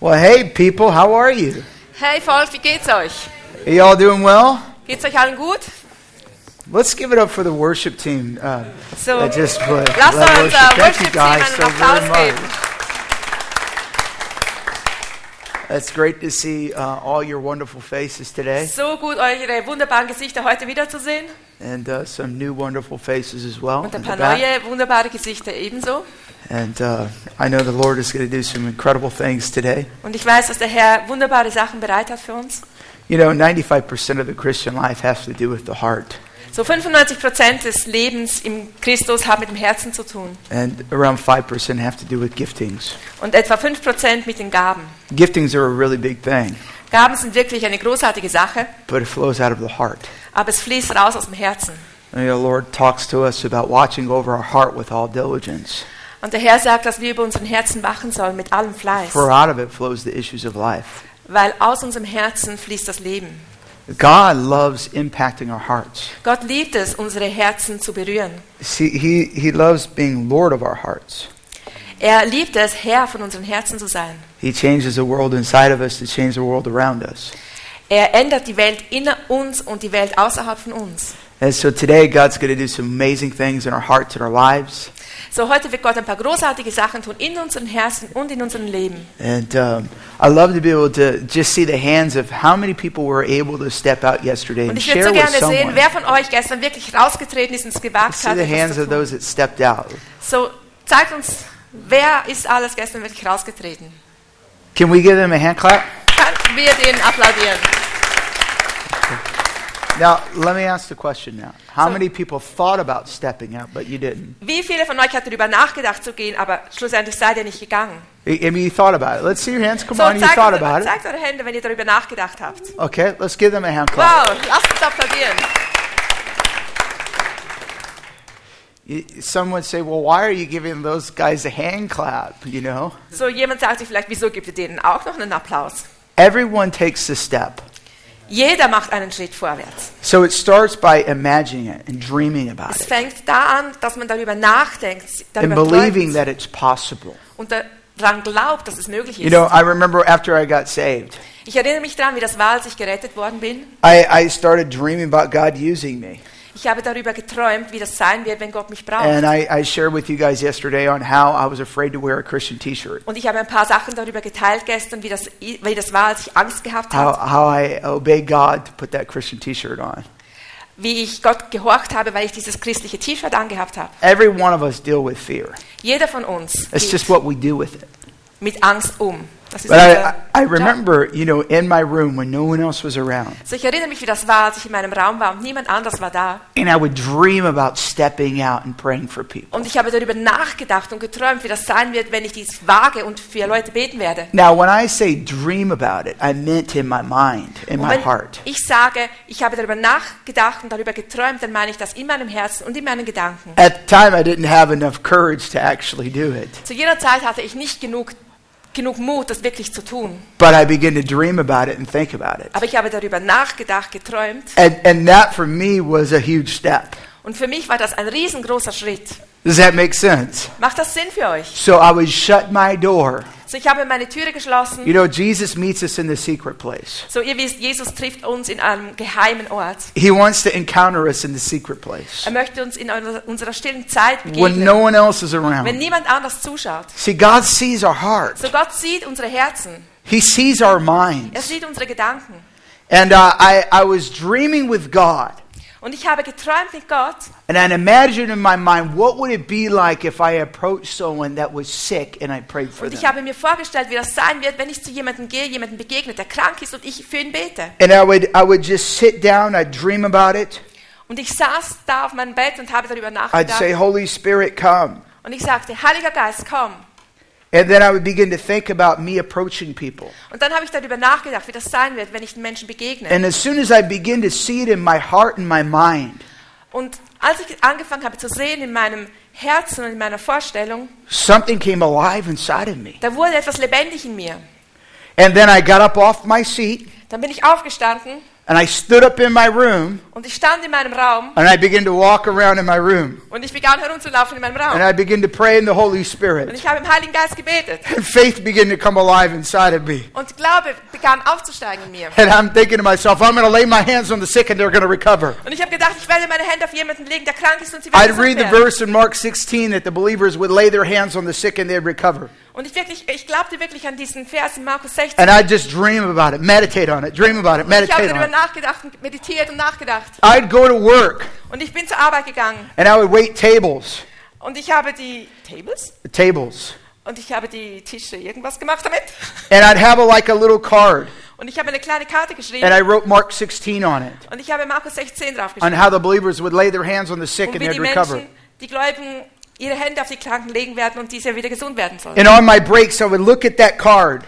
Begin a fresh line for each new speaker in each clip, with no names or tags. Well, hey, people, how are you?
Hey Volk, wie geht's euch?
Are y'all doing well?
Geht's euch allen gut?
Let's give it up for the worship team uh,
So,
that just played.
lasst
Love
uns
uh, worship. Thank
unser
you
Worship-Team
guys
einen
so very
Applaus
much.
geben.
It's great to see uh, all your wonderful faces today
So gut, eure wunderbaren Gesichter heute wiederzusehen
and uh, some new wonderful faces as well.
und ein
in the
paar
back.
neue wunderbare Gesichter ebenso.
And uh, I know the Lord is going to do some incredible things today.
Und ich weiß, dass der Herr wunderbare Sachen bereit hat für uns.
You know, 95% of the Christian life has to do with the heart.
So 95 Prozent des Lebens im Christus haben mit dem Herzen zu tun
And around 5% have to do with giftings.
und etwa 5 Prozent mit den Gaben.
Giftings are a really big thing,
Gaben sind wirklich eine großartige Sache,
but it flows out of the heart.
aber es fließt raus aus dem Herzen.
And the Lord talks to us about watching over our heart with all diligence,
Und der Herr sagt, dass wir über unseren Herzen wachen sollen mit allem Fleiß,
for out of it flows the issues of life.
weil aus unserem Herzen fließt das Leben.
God loves impacting our hearts.
Gott liebt es, unsere Herzen zu berühren.
See, he, he loves being Lord of our hearts.
Er liebt es, Herr von unseren Herzen zu sein.
He changes the world inside of us to change the world around us.
Er ändert die Welt in uns und die Welt außerhalb von uns.
And so today, God's going to do some amazing things in our hearts and our lives.
So, heute wird Gott ein paar großartige Sachen tun in unseren Herzen und in unserem Leben.
And um, I love to be able to just see the hands of how many people were able to step out yesterday
Und
and
ich würde
share
so
with
gerne sehen,
someone.
wer von euch gestern wirklich rausgetreten ist und es gewagt
See
hat.
the
etwas
hands
zu
of
tun.
those that stepped out.
So, zeigt uns, wer ist alles gestern wirklich rausgetreten?
Can we give them a hand clap?
Können wir denen applaudieren?
Now, let me ask the question now. How
So-
many people thought about stepping out, but you didn't?
Wie viele von euch hat darüber nachgedacht zu gehen, aber schlussendlich seid ihr nicht gegangen?
I I mean, you thought about it. Let's see your hands. Come
So,
on, you
zeigt,
thought about
eure,
it.
zeigt eure Hände, wenn ihr darüber nachgedacht habt.
Okay, let's give them a hand clap.
Wow, lasst uns applaudieren.
Y- Some would say, well, why are you giving those guys a hand clap? You know?
So, jemand sagt sich vielleicht, wieso gibt ihr denen auch noch einen Applaus?
Everyone takes a step.
Jeder macht einen Schritt vorwärts.
So it starts by imagining it and dreaming about
Es
it
fängt da an, dass man darüber nachdenkt,
and
darüber
believing
träumt
that it's possible.
und daran glaubt, dass es möglich
You
ist.
know, I remember after I got saved,
Ich erinnere mich daran, wie das war, als ich gerettet worden bin.
I, I started dreaming about God using me.
Ich habe darüber geträumt, wie das sein wird, wenn Gott mich braucht.
And I, I shared with you guys yesterday on how I was afraid to wear a Christian t shirt,
Und ich habe ein paar Sachen darüber geteilt gestern, wie das, wie das war, als ich Angst gehabt
how,
habe,
how I obeyed God to put that Christian t shirt on.
wie ich Gott gehorcht habe, weil ich dieses christliche T-Shirt angehabt habe.
Every one of us deal with fear,
Jeder von uns
it's
geht
just what we do with it.
mit Angst um. Das ist
But I,
unser
I- I
Job.
remember, you know, in my room when no one else was around,
So, ich erinnere mich, wie das war, als ich in meinem Raum war und niemand anders war da.
and I would dream about stepping out and praying for people.
Und ich habe darüber nachgedacht und geträumt, wie das sein wird, wenn ich dies wage und für Leute beten werde.
Now, when I say dream about it, I meant in my mind, in
Und
my
wenn
heart.
ich sage, ich habe darüber nachgedacht und darüber geträumt, dann meine ich das in meinem Herzen und in meinen Gedanken.
At the time, I didn't have enough courage to actually do it,
Zu jener Zeit hatte ich nicht genug, genug Mut, das wirklich zu tun.
but I began to dream about it and think about it.
Aber ich habe darüber nachgedacht, geträumt.
And, and that for me was a huge step.
Und für mich war das ein riesengroßer Schritt.
Does that make sense?
Macht das Sinn für euch?
So I would shut my door.
So, ich habe meine Türe
You
geschlossen.
know, Jesus meets us in the secret place.
So, ihr wisst, Jesus trifft uns in einem geheimen Ort.
He wants to encounter us in the secret place
Er möchte uns in einer- unserer stillen Zeit
when
begegnen,
no one else is
wenn
around.
niemand anders zuschaut.
See, God sees our heart.
So Gott sieht unsere Herzen.
He sees our
Er
minds.
sieht unsere Gedanken.
And uh, I, I was dreaming with God.
Und ich habe geträumt mit Gott
And I imagined in my mind, what would it be like if I approached someone that was sick and I prayed for
und ich
them?
habe mir vorgestellt, wie das sein wird, wenn ich zu jemandem gehe, jemandem begegne, der krank ist und ich für ihn bete.
And I would, I would just sit down, I'd dream about it.
Und ich saß da auf meinem Bett und habe darüber
I'd say,
nachgedacht.
Holy Spirit, come.
Und ich sagte, Heiliger Geist, komm.
And then I would begin to think about me approaching people.
Und dann habe ich darüber nachgedacht, wie das sein wird, wenn ich den Menschen begegne.
And as soon as I begin to see it in my heart and my mind,
Und als ich angefangen habe zu sehen in meinem Herzen und in meiner Vorstellung,
something came alive inside of me.
da wurde etwas lebendig in mir.
And then I got up off my seat
Dann bin ich aufgestanden
And I stood up in my room
Und ich stand in meinem Raum
and I began to walk around in my room.
und ich begann herumzulaufen in meinem
And
Raum.
I began to pray in the Holy
Und
Spirit.
ich habe im Heiligen Geist gebetet.
And faith began to come alive inside of me.
Und Glaube begann aufzusteigen in mir.
And I'm thinking to myself, I'm going to lay my hands on the sick and they're going to recover.
Und ich habe gedacht, ich werde meine Hände auf jemanden legen, der krank ist und sie werden
I'd
gesund
read the
werden.
verse in Mark 16 that the believers would lay their hands on the sick and they'd recover.
Und ich, wirklich, ich glaubte wirklich an diesen Vers in Markus 16.
And I'd just dream about it, meditate on it, dream about it,
Ich habe
meditate
darüber
on it.
nachgedacht und meditiert und nachgedacht.
I'd go to work
Und ich bin zur Arbeit gegangen.
and I would wait tables,
Und ich habe die Tables
tables.
und ich habe die Tische irgendwas gemacht damit.
And I'd have a, like a little card
Und ich habe eine kleine Karte
and
geschrieben.
I wrote Mark 16 on it.
Und ich habe Markus 16
on
draufgeschrieben.
how the believers would lay their hands on the sick
Und
and
wie
they'd
die
recover.
Menschen, die Gläubigen, ihre Hände auf die Kranken legen werden und diese wieder gesund werden sollen.
And on my breaks, I would look at that card,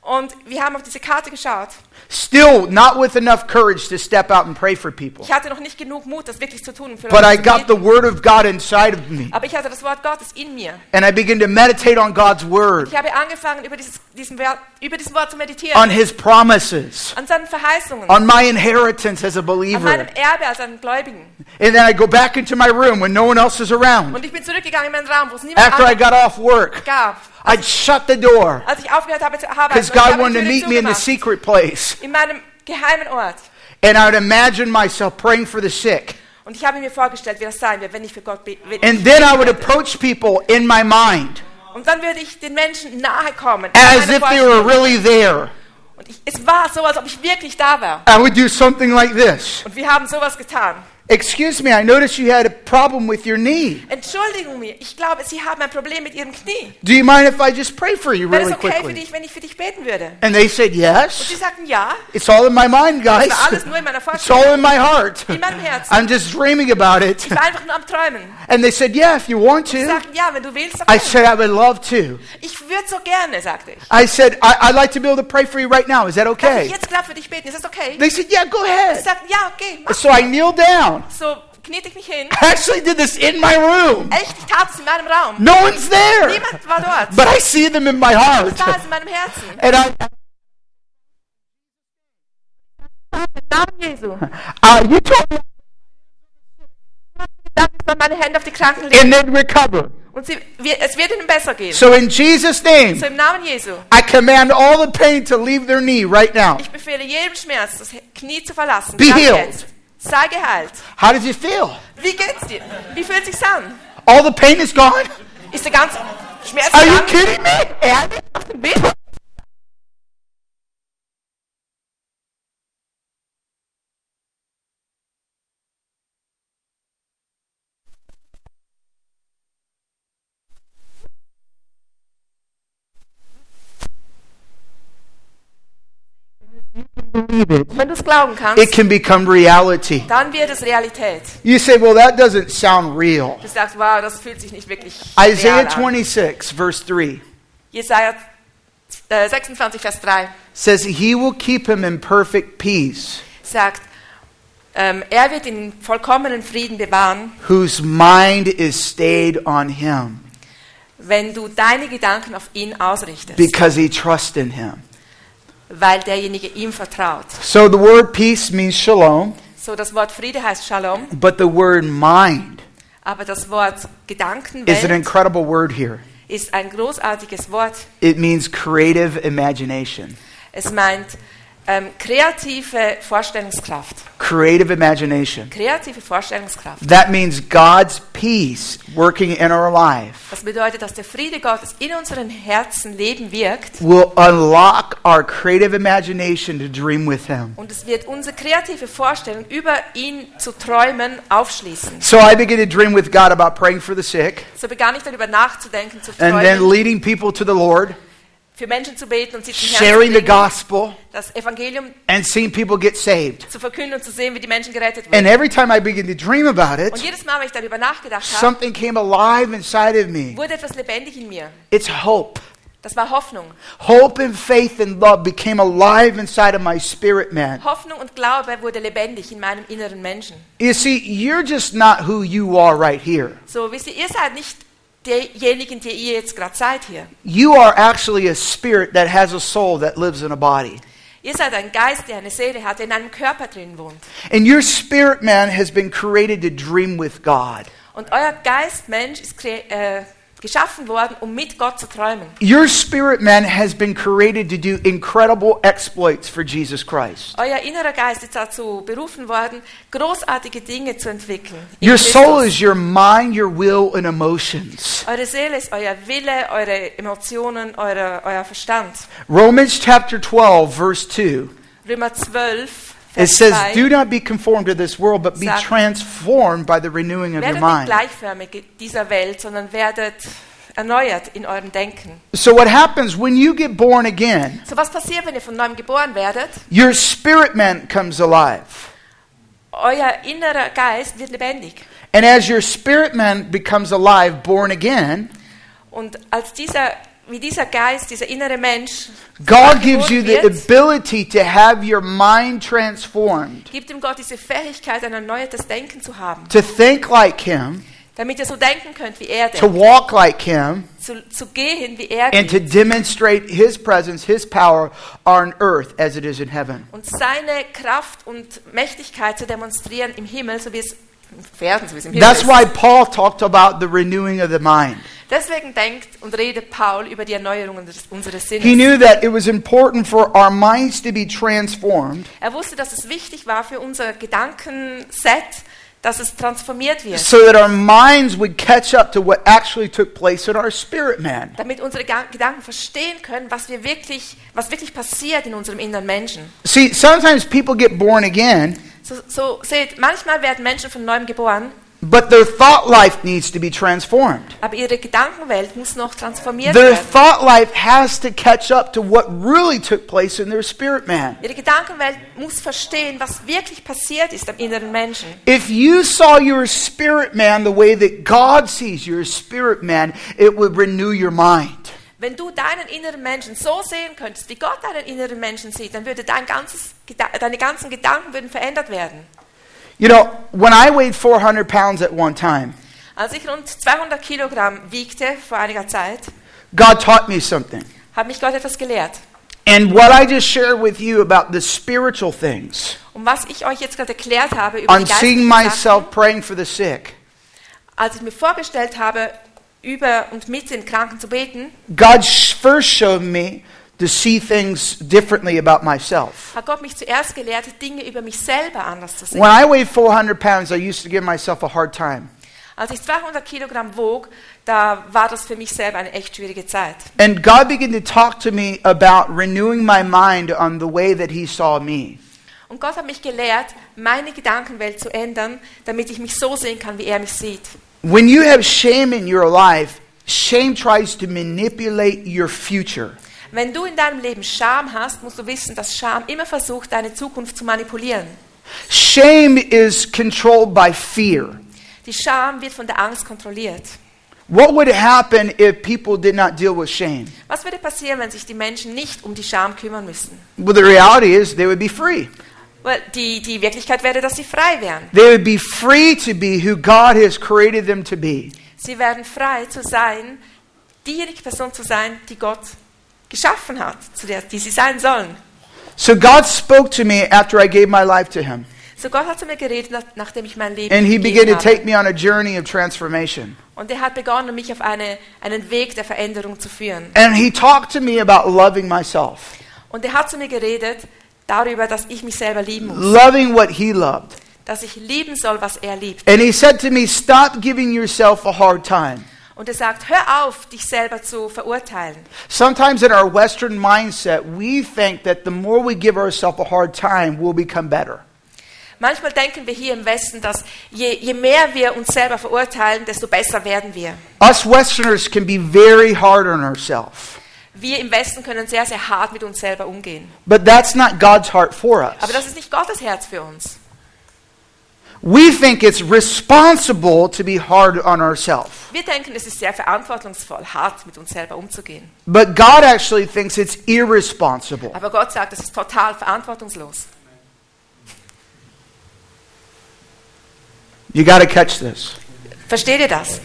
Und wir haben auf diese Karte geschaut.
still not with enough courage to step out and pray for people.
Ich hatte noch nicht genug Mut, das wirklich zu tun. und Für
But
Leute
I
zu
got the
beten.
Word of God inside of me,
Aber ich hatte das Wort Gottes in mir.
and I began to meditate on God's Word,
Ich habe angefangen, über, dieses, diesen Wer- über dieses Wort zu meditieren.
on His promises,
an seinen Verheißungen.
on my inheritance as a
an meinem
believer.
Erbe als einen Gläubigen.
And then I go back into my room when no one else is around.
Und ich bin zurückgegangen in meinen Raum, wo es niemand
After I
anderen
got off work,
gab.
I'd shut the door
Als ich aufgehört habe zu arbeiten,
because
und ich habe
God
die
wanted to
Türe
meet me in the
zugemacht.
secret place.
in meinem geheimen Ort.
And I would imagine myself praying for the sick.
Und ich habe mir vorgestellt, wie das sein wird, wenn ich für Gott bete.
And then I would approach people in my mind
Und dann würde ich den Menschen nahe kommen.
as
Meine
if they were
Vorstellung.
really there.
Und ich, es war so, als ob ich wirklich da war.
I would do something like this
Und wir haben sowas getan.
Excuse me, I noticed you had a problem with your knee.
Entschuldigung mir, ich glaube, Sie haben ein Problem mit Ihrem Knie.
Do you mind if I just pray for you
Wäre es
really
okay für
quickly?
dich, wenn ich für dich beten würde?
And they said,
Und sie
Yes.
sagten ja.
It's all in my mind, guys.
Das war alles nur in meiner
It's all
Vorstellung.
in my heart.
In meinem Herzen.
I'm just dreaming about it.
Ich war einfach nur am Träumen.
And they said, Yeah, if you want
Sie
to.
sagten ja, wenn du willst.
I
Okay.
said, I would love to.
Ich würde so gerne, sagte ich.
I said, I- I'd like to be able to pray for you right now. Is that
Darf ich
okay?
jetzt klar für dich beten? Ist das okay?
They said, Yeah, go
Sie
ahead.
sagten, ja, okay, mach.
So I kneeled down.
So kniete ich mich hin.
I actually did this in my room.
Echt, ich tat es in meinem Raum.
No one's there.
Niemand war dort.
But I see them in my
Das war
heart.
es in meinem Herzen.
And I,
Namen Jesu.
uh, you told me,
Lass uns mal meine Hände auf die Kranken legen.
and then recover.
Und sie, wir, es wird ihnen besser gehen.
So in Jesus' name,
So im Namen Jesu.
I command all the pain to leave their knee right now.
Ich befehle jedem Schmerz, das Knie zu verlassen.
Be
Sag
healed.
jetzt. Sei geheilt.
How does it feel?
Wie geht's dir? Wie fühlt sich's an?
All the pain is gone?
Ist der ganze Schmerz
Are you
gegangen?
kidding me? Ehrlich?
Bitte?
Believe it.
Wenn du es glauben
It
kannst,
can become reality.
dann wird es Realität.
You say, well, that doesn't sound real.
Du sagst, wow, das fühlt sich nicht wirklich real
Isaiah
an.
26, verse 3
Jesaja äh, 26, Vers 3
says, He will keep him in perfect peace,
sagt, ähm, er wird den vollkommenen Frieden bewahren,
whose mind is stayed on him.
wenn du deine Gedanken auf ihn ausrichtest,
because he trusts in him.
weil derjenige ihm vertraut.
So the word peace means shalom,
So, das Wort Friede heißt Shalom,
but the word mind
aber das Wort
is an
Gedankenwelt
incredible word here.
ist ein großartiges Wort.
It means creative imagination.
Es meint ähm, kreative Vorstellungskraft.
Creative imagination.
Kreative Vorstellungskraft.
That means God's peace working in our life
Das bedeutet, dass der Friede Gottes in unseren Herzen leben wirkt
will unlock our creative imagination to dream with him.
Und es wird unsere kreative Vorstellung über ihn zu träumen aufschließen.
So I begin to dream with God about praying for the sick
So begann ich darüber nachzudenken, zu
and then
träumen,
leading people to the Lord,
für Menschen zu beten und sie zum Herzen
sharing
zu
the
legen,
gospel
das Evangelium
and seeing people get saved.
zu verkünden und zu sehen, wie die Menschen gerettet
And
werden.
every time I begin to dream about it,
Und jedes Mal, wenn ich darüber nachgedacht habe,
Something came alive inside of me.
wurde etwas lebendig in mir.
It's hope.
Das war Hoffnung.
Hope and faith and love became alive inside of my spirit, man.
Hoffnung und Glaube wurde lebendig in meinem inneren Menschen.
You see, you're just not who you are right here.
So, wisst ihr, ihr seid nicht diejenigen, die ihr jetzt gerade seid hier.
You are actually a spirit that has a soul that lives in a body.
Ihr seid ein Geist, der eine Seele hat, der in einem Körper drin wohnt.
And your spirit man has been created to dream with God.
Und euer Geist, Mensch, ist kre- äh, geschaffen worden, um mit Gott zu träumen.
Your spirit man has been created to do incredible exploits for Jesus Christ.
Euer innerer Geist ist dazu berufen worden, großartige Dinge zu entwickeln. In
Your soul
Christus.
is your mind, your will, and emotions.
eure Seele ist euer Wille, eure Emotionen, eure, euer Verstand.
Romans chapter 12, verse 2.
Römer 12,
It
Vers
says,
2.
Do not be conformed to this world, but be
Sagt-
transformed by the renewing of your
Werdet nicht
mind.
gleichförmig dieser Welt, sondern werdet erneuert in eurem Denken.
So, what happens when you get born again,
So was passiert, wenn ihr von neuem geboren werdet?
your spirit man comes alive.
Euer innerer Geist wird lebendig.
And as your spirit man becomes alive, born again,
Und als dieser, wie dieser Geist, dieser innere Mensch,
God gives you the
wird,
ability to have your mind transformed,
gibt ihm Gott diese Fähigkeit, ein erneuertes Denken zu haben,
to think like Him,
damit ihr so denken könnt, wie er
to
denkt,
walk like Him,
zu, zu gehen, wie er
and
geht
to demonstrate His presence, His power on earth as it is in heaven.
und seine Kraft und Mächtigkeit zu demonstrieren im Himmel, so wie es im Versen, so wie es im Himmel
That's
ist.
why Paul talked about the renewing of the mind.
Deswegen denkt und redet Paul über die Erneuerungen des- unseres
He
Sinnes.
knew that it was important for our minds to be transformed
Er wusste, dass es wichtig war für unser Gedankenset, dass es transformiert wird,
so that our minds would catch up to what actually took place in our spirit man.
damit unsere Ga- Gedanken verstehen können, was wir wirklich, was wirklich passiert in unserem inneren Menschen.
See, sometimes people get born again,
So, so seht, manchmal werden Menschen von neuem geboren,
but their thought life needs to be transformed.
aber ihre Gedankenwelt muss noch transformiert
Their
werden.
thought life has to catch up to what really took place in their spirit man.
Ihre Gedankenwelt muss verstehen, was wirklich passiert ist am inneren Menschen.
If you saw your spirit man the way that God sees your spirit man, it would renew your mind.
Wenn du deinen inneren Menschen so sehen könntest, wie Gott deinen inneren Menschen sieht, dann würde dein ganzes, Geda- deine ganzen Gedanken würden verändert werden.
You know, when I weighed 400 pounds at one time,
Als ich rund 200 Kilogramm wiegte vor einiger Zeit,
God taught me something.
hat mich Gott etwas gelehrt.
And what I just shared with you about the spiritual things,
Und was ich euch jetzt gerade erklärt habe über die
on seeing
geistlichen
myself
Sachen,
praying for the sick,
als ich mir vorgestellt habe, über und mit den Kranken zu beten,
God sh- first showed me to see things differently about myself.
hat Gott mich zuerst gelehrt, Dinge über mich selber anders zu sehen.
When I weighed 400 pounds, I used to give myself a hard time.
Als ich 200 Kilogramm wog, da war das für mich selber eine echt schwierige Zeit.
And God began to talk to me about renewing my mind on the way that He saw me.
Und Gott hat mich gelehrt, meine Gedankenwelt zu ändern, damit ich mich so sehen kann, wie er mich sieht.
When you have shame in your life, shame tries to manipulate your future.
Wenn du in deinem Leben Scham hast, musst du wissen, dass Scham immer versucht, deine Zukunft zu manipulieren.
Shame is controlled by fear.
Die Scham wird von der Angst kontrolliert.
What would happen if people did not deal with shame?
Was würde passieren, wenn sich die Menschen nicht um die Scham kümmern müssten?
Well, the reality is they would be free.
Weil die, die Wirklichkeit wäre, dass sie frei wären.
They would be free to be who God has created them to be.
Sie wären frei zu sein, diejenige Person zu sein, die Gott geschaffen hat, zu der, die sie sein sollen.
So God spoke to me after I gave my life to Him.
So Gott hat zu mir geredet, nach- nachdem ich mein Leben
And He
gegeben
began to
habe.
take me on a journey of transformation.
Und er hat begonnen, mich auf eine, einen Weg der Veränderung zu führen.
And He talked to me about loving myself,
Und er hat zu mir geredet darüber, dass ich mich selber lieben muss,
loving what He loved.
dass ich lieben soll, was er liebt.
And He said to me, Stop giving yourself a hard time.
Und er sagt, hör auf, dich selber zu verurteilen.
Sometimes in our Western mindset, we think that the more we give ourselves a hard time, we'll become better.
Manchmal denken wir hier im Westen, dass je, je mehr wir uns selber verurteilen, desto besser werden wir.
Us Westerners can be very hard on ourselves,
Wir im Westen können sehr, sehr hart mit uns selber umgehen.
but that's not God's heart for
Aber
us.
das ist nicht Gottes Herz für uns.
We think it's responsible to be hard on ourselves,
Wir denken, es ist sehr verantwortungsvoll, hart mit uns selber umzugehen.
but God actually thinks it's irresponsible.
Aber Gott sagt, das ist total verantwortungslos.
You got to catch this.
Versteht ihr das?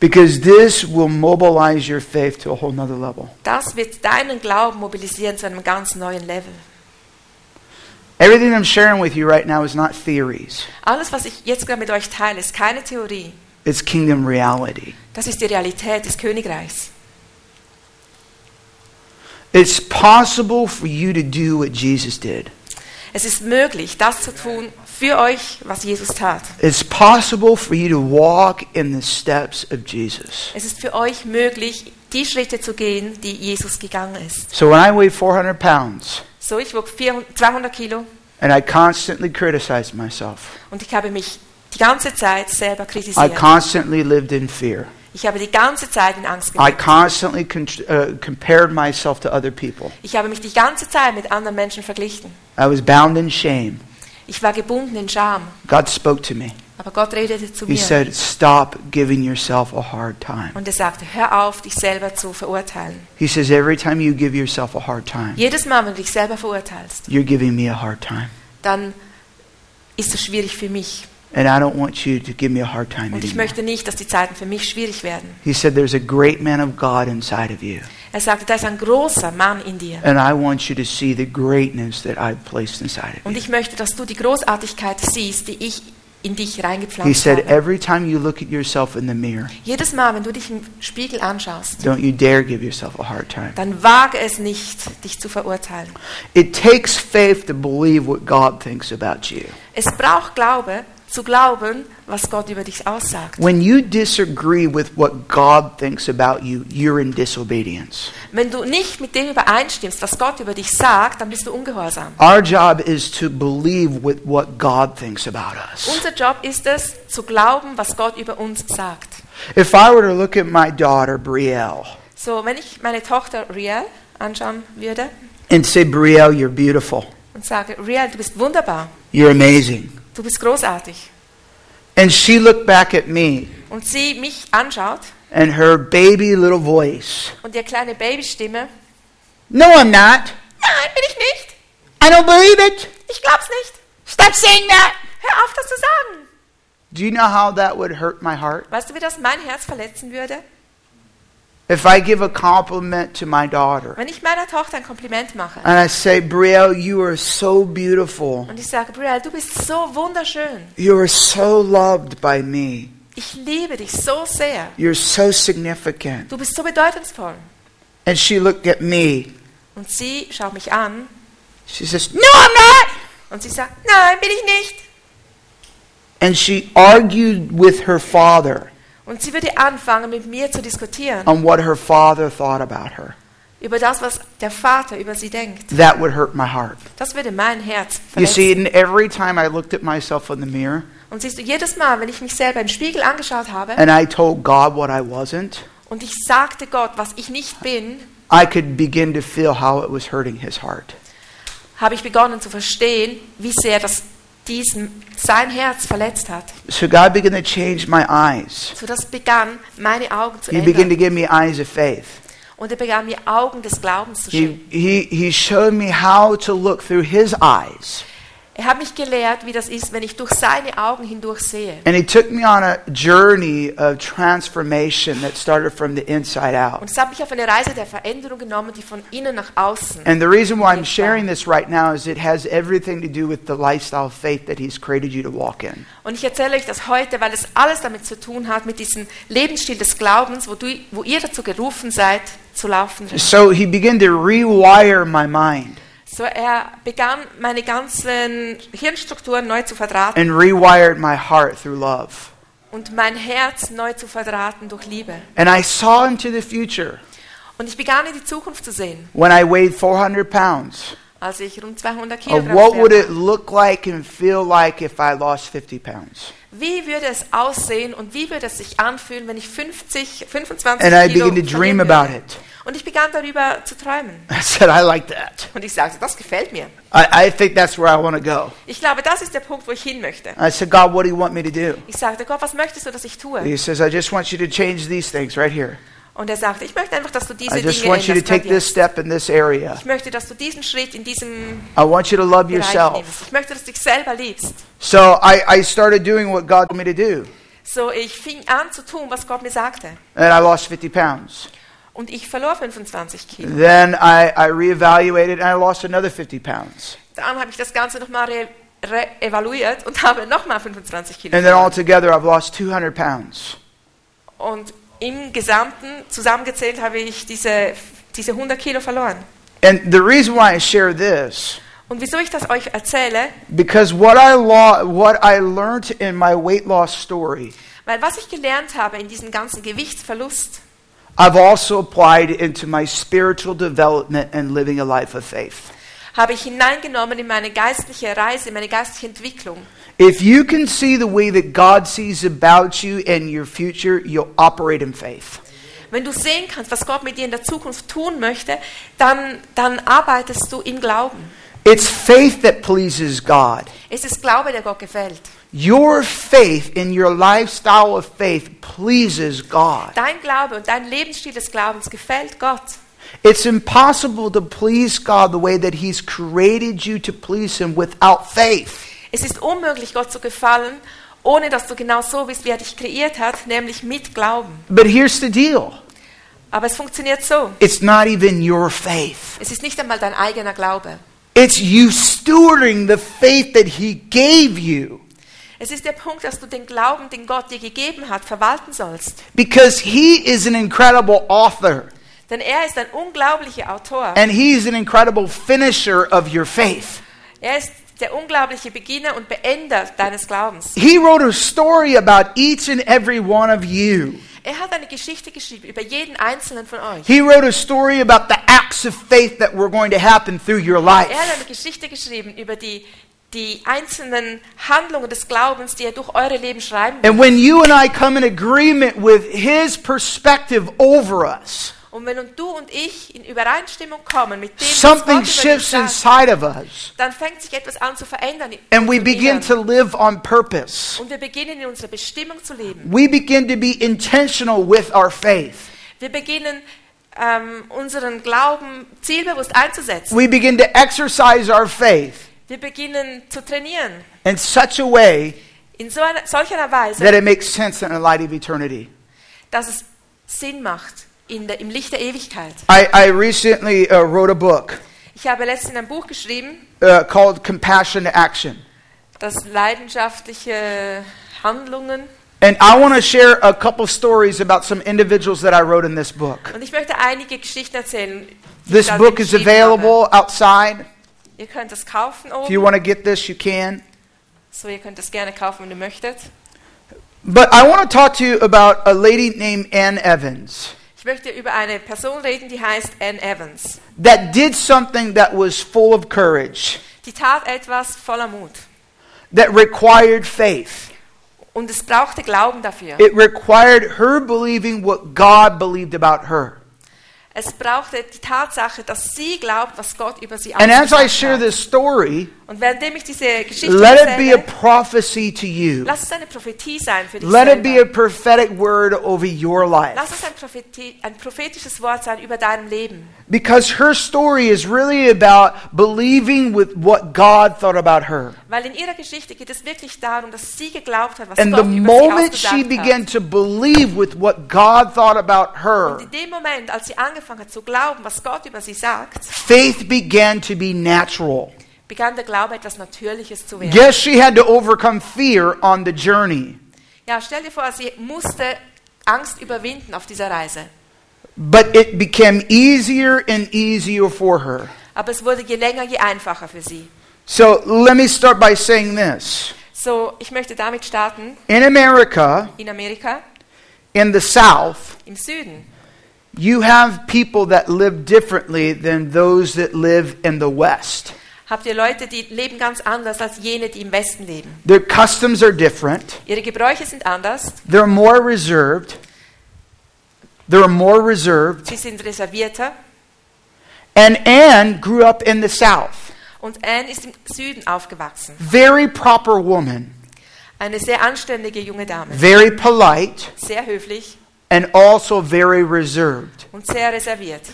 because this will mobilize your faith to a whole nother level.
Das wird deinen Glauben mobilisieren zu einem ganz neuen Level.
Everything I'm sharing with you right now is not theories,
Alles, was ich jetzt gerade mit euch teile, ist keine Theorie.
it's kingdom reality.
Das ist die Realität des Königreichs.
It's possible for you to do what Jesus did.
Es ist möglich, das zu tun für euch, was Jesus tat.
It's possible for you to walk in the steps of Jesus.
Es ist für euch möglich, die Schritte zu gehen, die Jesus gegangen ist.
So when I weighed 400 pounds
So, ich wog 400 200 Kilo
and I constantly criticized myself,
und ich habe mich die ganze Zeit selber
I
kritisiert.
constantly lived in fear.
Ich habe die ganze Zeit in Angst
I
gelebt.
constantly con- uh, compared myself to other people.
Ich habe mich die ganze Zeit mit anderen Menschen verglichen.
I was bound in shame.
Ich war gebunden in Scham.
God spoke to me.
Aber Gott redete zu
He
mir.
said, Stop giving yourself a hard time.
Und er sagte, hör auf, dich selber zu verurteilen.
He says, Every time you give yourself a hard time,
Jedes Mal, wenn du dich selber verurteilst,
you're giving me a hard time.
dann ist es schwierig für mich.
And I don't want you to give me a hard time
Und ich
anymore.
möchte nicht, dass die Zeiten für mich schwierig werden.
He said, There's a great man of God inside of you.
Er sagte, da ist ein großer Mann in dir.
And I want you to see the greatness that I've placed inside of
Und
you.
ich möchte, dass du die Großartigkeit siehst, die ich in dich
He
reingepflanzt
said,
habe.
Every time you look at yourself in the mirror,
Jedes Mal, wenn du dich im Spiegel anschaust,
don't you dare give yourself a hard time.
dann wage es nicht, dich zu verurteilen.
It takes faith to believe what God thinks about you.
Es braucht Glaube, zu glauben, was Gott über dich aussagt.
When you disagree with what God thinks about you, you're in disobedience.
Wenn du nicht mit dem übereinstimmst, was Gott über dich sagt, dann bist du ungehorsam.
Our job is to believe with what God thinks about us.
Unser Job ist es, zu glauben, was Gott über uns sagt.
If I were to look at my daughter, Brielle,
So, wenn ich meine Tochter Riel anschauen würde
and say, Brielle, you're beautiful,
und sage, Riel, du bist wunderbar,
you're amazing.
du bist großartig,
And she looked back at me,
und sie mich anschaut
and her baby little voice,
und ihr kleine Babystimme,
No, I'm not.
nein, bin ich nicht,
I don't believe it.
ich glaub's nicht,
Stop saying that.
hör auf, das zu sagen.
Do you know how that would hurt my heart?
Weißt du, wie das mein Herz verletzen würde?
If I give a compliment to my daughter
Wenn ich meiner Tochter ein Kompliment mache
and I say, Brielle, you are so beautiful.
und ich sage, Brielle, du bist so wunderschön,
You are so loved by me.
ich liebe dich so sehr,
You're so significant.
du bist so bedeutungsvoll.
And she looked at me.
Und sie schaut mich an
She says, No, I'm not.
und sie sagt, nein, bin ich nicht.
And she argued with her father
Und sie würde anfangen, mit mir zu diskutieren
on what her father thought about her.
über das, was der Vater über sie denkt.
That would hurt my heart.
Das würde mein Herz
You
verletzen.
see, and every time I looked at myself in the mirror
Und siehst du, jedes Mal, wenn ich mich selber im Spiegel angeschaut habe
and I told God what I wasn't,
und ich sagte Gott, was ich nicht bin,
I could begin to feel how it was hurting his heart.
habe ich begonnen zu verstehen, wie sehr das diesen sein Herz verletzt hat.
So God began to change my eyes.
So das begann, meine Augen zu
He began to
ändern.
give me eyes of faith.
Und er begann mir Augen des Glaubens zu
He,
schenken.
he, he showed me how to look through his eyes.
Er hat mich gelehrt, wie das ist, wenn ich durch seine Augen hindurch sehe.
And he took me on a journey of transformation that started from the inside out.
Und es hat mich auf eine Reise der Veränderung genommen, die von innen nach außen.
And the reason why I'm sharing this right now is it has everything to do with the lifestyle of faith that he's created you to walk in.
Und ich erzähle euch das heute, weil es alles damit zu tun hat, mit diesem Lebensstil des Glaubens, wo, du, wo ihr dazu gerufen seid, zu laufen.
So he began to rewire my mind
So er begann, meine ganzen Hirnstrukturen neu zu verdrahten
and rewired my heart through love.
und mein Herz neu zu verdrahten durch Liebe.
And I saw into the future
Und ich begann in die Zukunft zu sehen,
when I weighed 400 pounds
als ich rund 200 Kilogramm
of what would
schwer
it look like and feel like if I lost 50 pounds.
war. Wie würde es aussehen und wie würde es sich anfühlen, wenn ich 50, 25
And I began
Kilo
to dream
verlieren würde?
about it.
Und ich begann darüber zu träumen.
I said, I like that.
Und ich sagte, das gefällt mir.
I, I think that's where I want to go.
Ich glaube, das ist der Punkt, wo ich hin möchte.
I said, God, what do you want me to do?
Ich sagte, Gott, was möchtest du, dass ich tue?
He says, I just want you to change these things right here.
Und er sagte, ich möchte einfach, dass du diese
I just
Dinge
want you to
änderst
take
bei dir.
this step in this area.
Ich möchte, dass du diesen Schritt in diesem
I want you to love
Bereich nimmst.
yourself.
Ich möchte, dass du dich selber liebst.
So I, I started doing what God told me to do.
So, ich fing an zu tun, was Gott mir sagte.
and I lost 50 pounds.
Und ich verlor 25 Kilo.
Then I, I reevaluated and I lost another 50 pounds.
Dann habe ich das Ganze nochmal re re evaluiert und habe nochmal 25 Kilo.
And then
verloren.
altogether, I've lost 200 pounds.
Und im Gesamten, zusammengezählt, habe ich diese, diese 100 Kilo verloren.
And the reason why I share this,
Und wieso ich das euch erzähle,
because what I, lo- what I learned in my weight loss story,
weil was ich gelernt habe in diesem ganzen Gewichtsverlust,
I've also applied into my spiritual development and living a life of faith.
habe ich hineingenommen in meine geistliche Reise, in meine geistliche Entwicklung.
If you can see the way that God sees about you and your future, you'll operate in faith.
Wenn du sehen kannst, was Gott mit dir in der Zukunft tun möchte, dann, dann arbeitest du im Glauben.
It's faith that pleases God.
Es ist Glaube, der Gott gefällt.
Your faith in your lifestyle of faith pleases God.
Dein Glaube und dein Lebensstil des Glaubens gefällt Gott.
It's impossible to please God the way that He's created you to please Him without faith.
Es ist unmöglich, Gott zu gefallen, ohne dass du genau so bist, wie er dich kreiert hat, nämlich mit Glauben.
But here's the deal
Aber es funktioniert so.
it's not even your faith,
Es ist nicht einmal dein eigener Glaube.
it's you stewarding the faith that He gave you.
Es ist der Punkt, dass du den Glauben, den Gott dir gegeben hat, verwalten sollst.
Because He is an incredible author
Denn er ist ein unglaublicher Autor.
and He's an incredible finisher of your faith.
Er ist der unglaubliche Beginner und Beender deines Glaubens.
He wrote a story about each and every one of you.
Er hat eine Geschichte geschrieben über jeden einzelnen von euch.
He wrote a story about the acts of faith that were going to happen through your
Er hat eine
life.
Geschichte geschrieben über die, die einzelnen Handlungen des Glaubens, die er durch eure Leben schreiben wird.
And when you and I come in agreement with his perspective over us,
Und wenn du und ich in Übereinstimmung kommen mit dem, was Gott über
something
dich
shifts
sagt,
inside of us
dann fängt sich etwas an zu verändern.
and we
im
begin
Inneren.
to live on purpose.
und wir beginnen in unserer Bestimmung zu leben.
We begin to be intentional with our faith.
Wir beginnen ähm, unseren Glauben zielbewusst einzusetzen.
We begin to exercise our faith
Wir beginnen zu trainieren
in such a way
in so einer, solch einer Weise,
that it makes sense in the light of eternity.
dass es Sinn macht in der, im Licht der Ewigkeit.
I, I recently uh, wrote a book
Ich habe letztens ein Buch geschrieben,
uh, called Compassion to Action.
das leidenschaftliche Handlungen.
And I want to share a couple stories about some individuals that I wrote in this book.
Und ich möchte einige Geschichten erzählen. die
This
ich da
book is
geschrieben
available outside.
Habe. Ihr könnt es kaufen
If you
oben.
want to get this, you can.
So, ihr könnt es gerne kaufen, wenn ihr möchtet.
But I want to talk to you about a lady named Ann Evans
Ich möchte über eine Person reden, die heißt Anne Evans.
that did something that was full of courage,
Die tat etwas voller Mut.
that required faith.
Und es brauchte Glauben dafür.
It required her believing what God believed about her.
Es brauchte die Tatsache, dass sie glaubt, was Gott über sie
And as I
ausgesagt
share
hat.
this story,
Und währenddem ich diese Geschichte
let it be a
erzähle,
prophecy to you.
lass es eine Prophetie sein für dich
Let it be a
selber.
prophetic word over your life.
Lass es ein, Prophetie, ein prophetisches Wort sein über deinem Leben.
Because her story is really about believing with what God thought about her.
Weil in ihrer Geschichte geht es wirklich darum, dass sie geglaubt hat, was
And the
Gott über sie
moment she
ausgesagt
began
hat.
to believe with what God thought about
Und
her,
in dem Moment, als sie angefangen hat zu glauben, was Gott über sie sagt,
faith began to be natural.
begann der Glaube etwas Natürliches zu werden.
Yes, she had to overcome fear on the journey,
Ja, stell dir vor, sie musste Angst überwinden auf dieser Reise.
but it became easier and easier for her.
Aber es wurde je länger, je einfacher für sie.
So let me start by saying this.
So, ich möchte damit starten.
In America,
In Amerika,
in the South,
im Süden,
you have people that live differently than those that live in the West.
habt ihr Leute, die leben ganz anders als jene, die im Westen leben.
Their customs are different.
Ihre Gebräuche sind anders,
They're more reserved. They're more reserved.
sie sind reservierter.
And Anne grew up in the South.
Und Anne ist im Süden aufgewachsen.
Very proper woman,
Eine sehr anständige junge Dame.
very polite,
Sehr höflich
and also very reserved.
und sehr reserviert.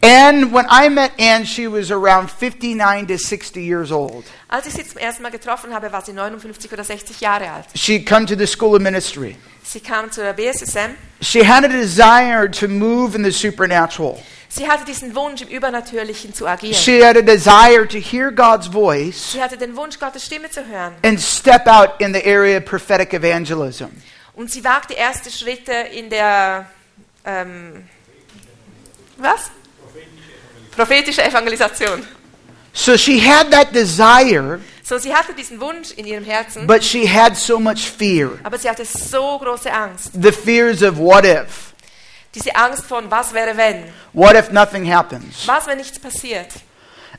And when I met Ann, she was around 59 to 60 years old.
Als ich sie zum ersten Mal getroffen habe, war sie 59 oder 60 Jahre alt.
She'd come to the school of ministry.
Sie kam zur BSSM.
She had a desire to move in the supernatural.
Sie hatte diesen Wunsch, im Übernatürlichen zu agieren.
She had a desire to hear God's voice
Sie hatte den Wunsch, Gottes Stimme zu hören.
and step out in the area of prophetic evangelism.
Und sie wagte erste Schritte in der ähm, was? Prophetische Evangelisation.
So she had that desire,
So, sie hatte diesen Wunsch in ihrem Herzen,
but she had so much fear.
aber sie hatte so große Angst.
The fears of what if?
Diese Angst von, was wäre wenn?
What if nothing happens?
Was, wenn nichts passiert?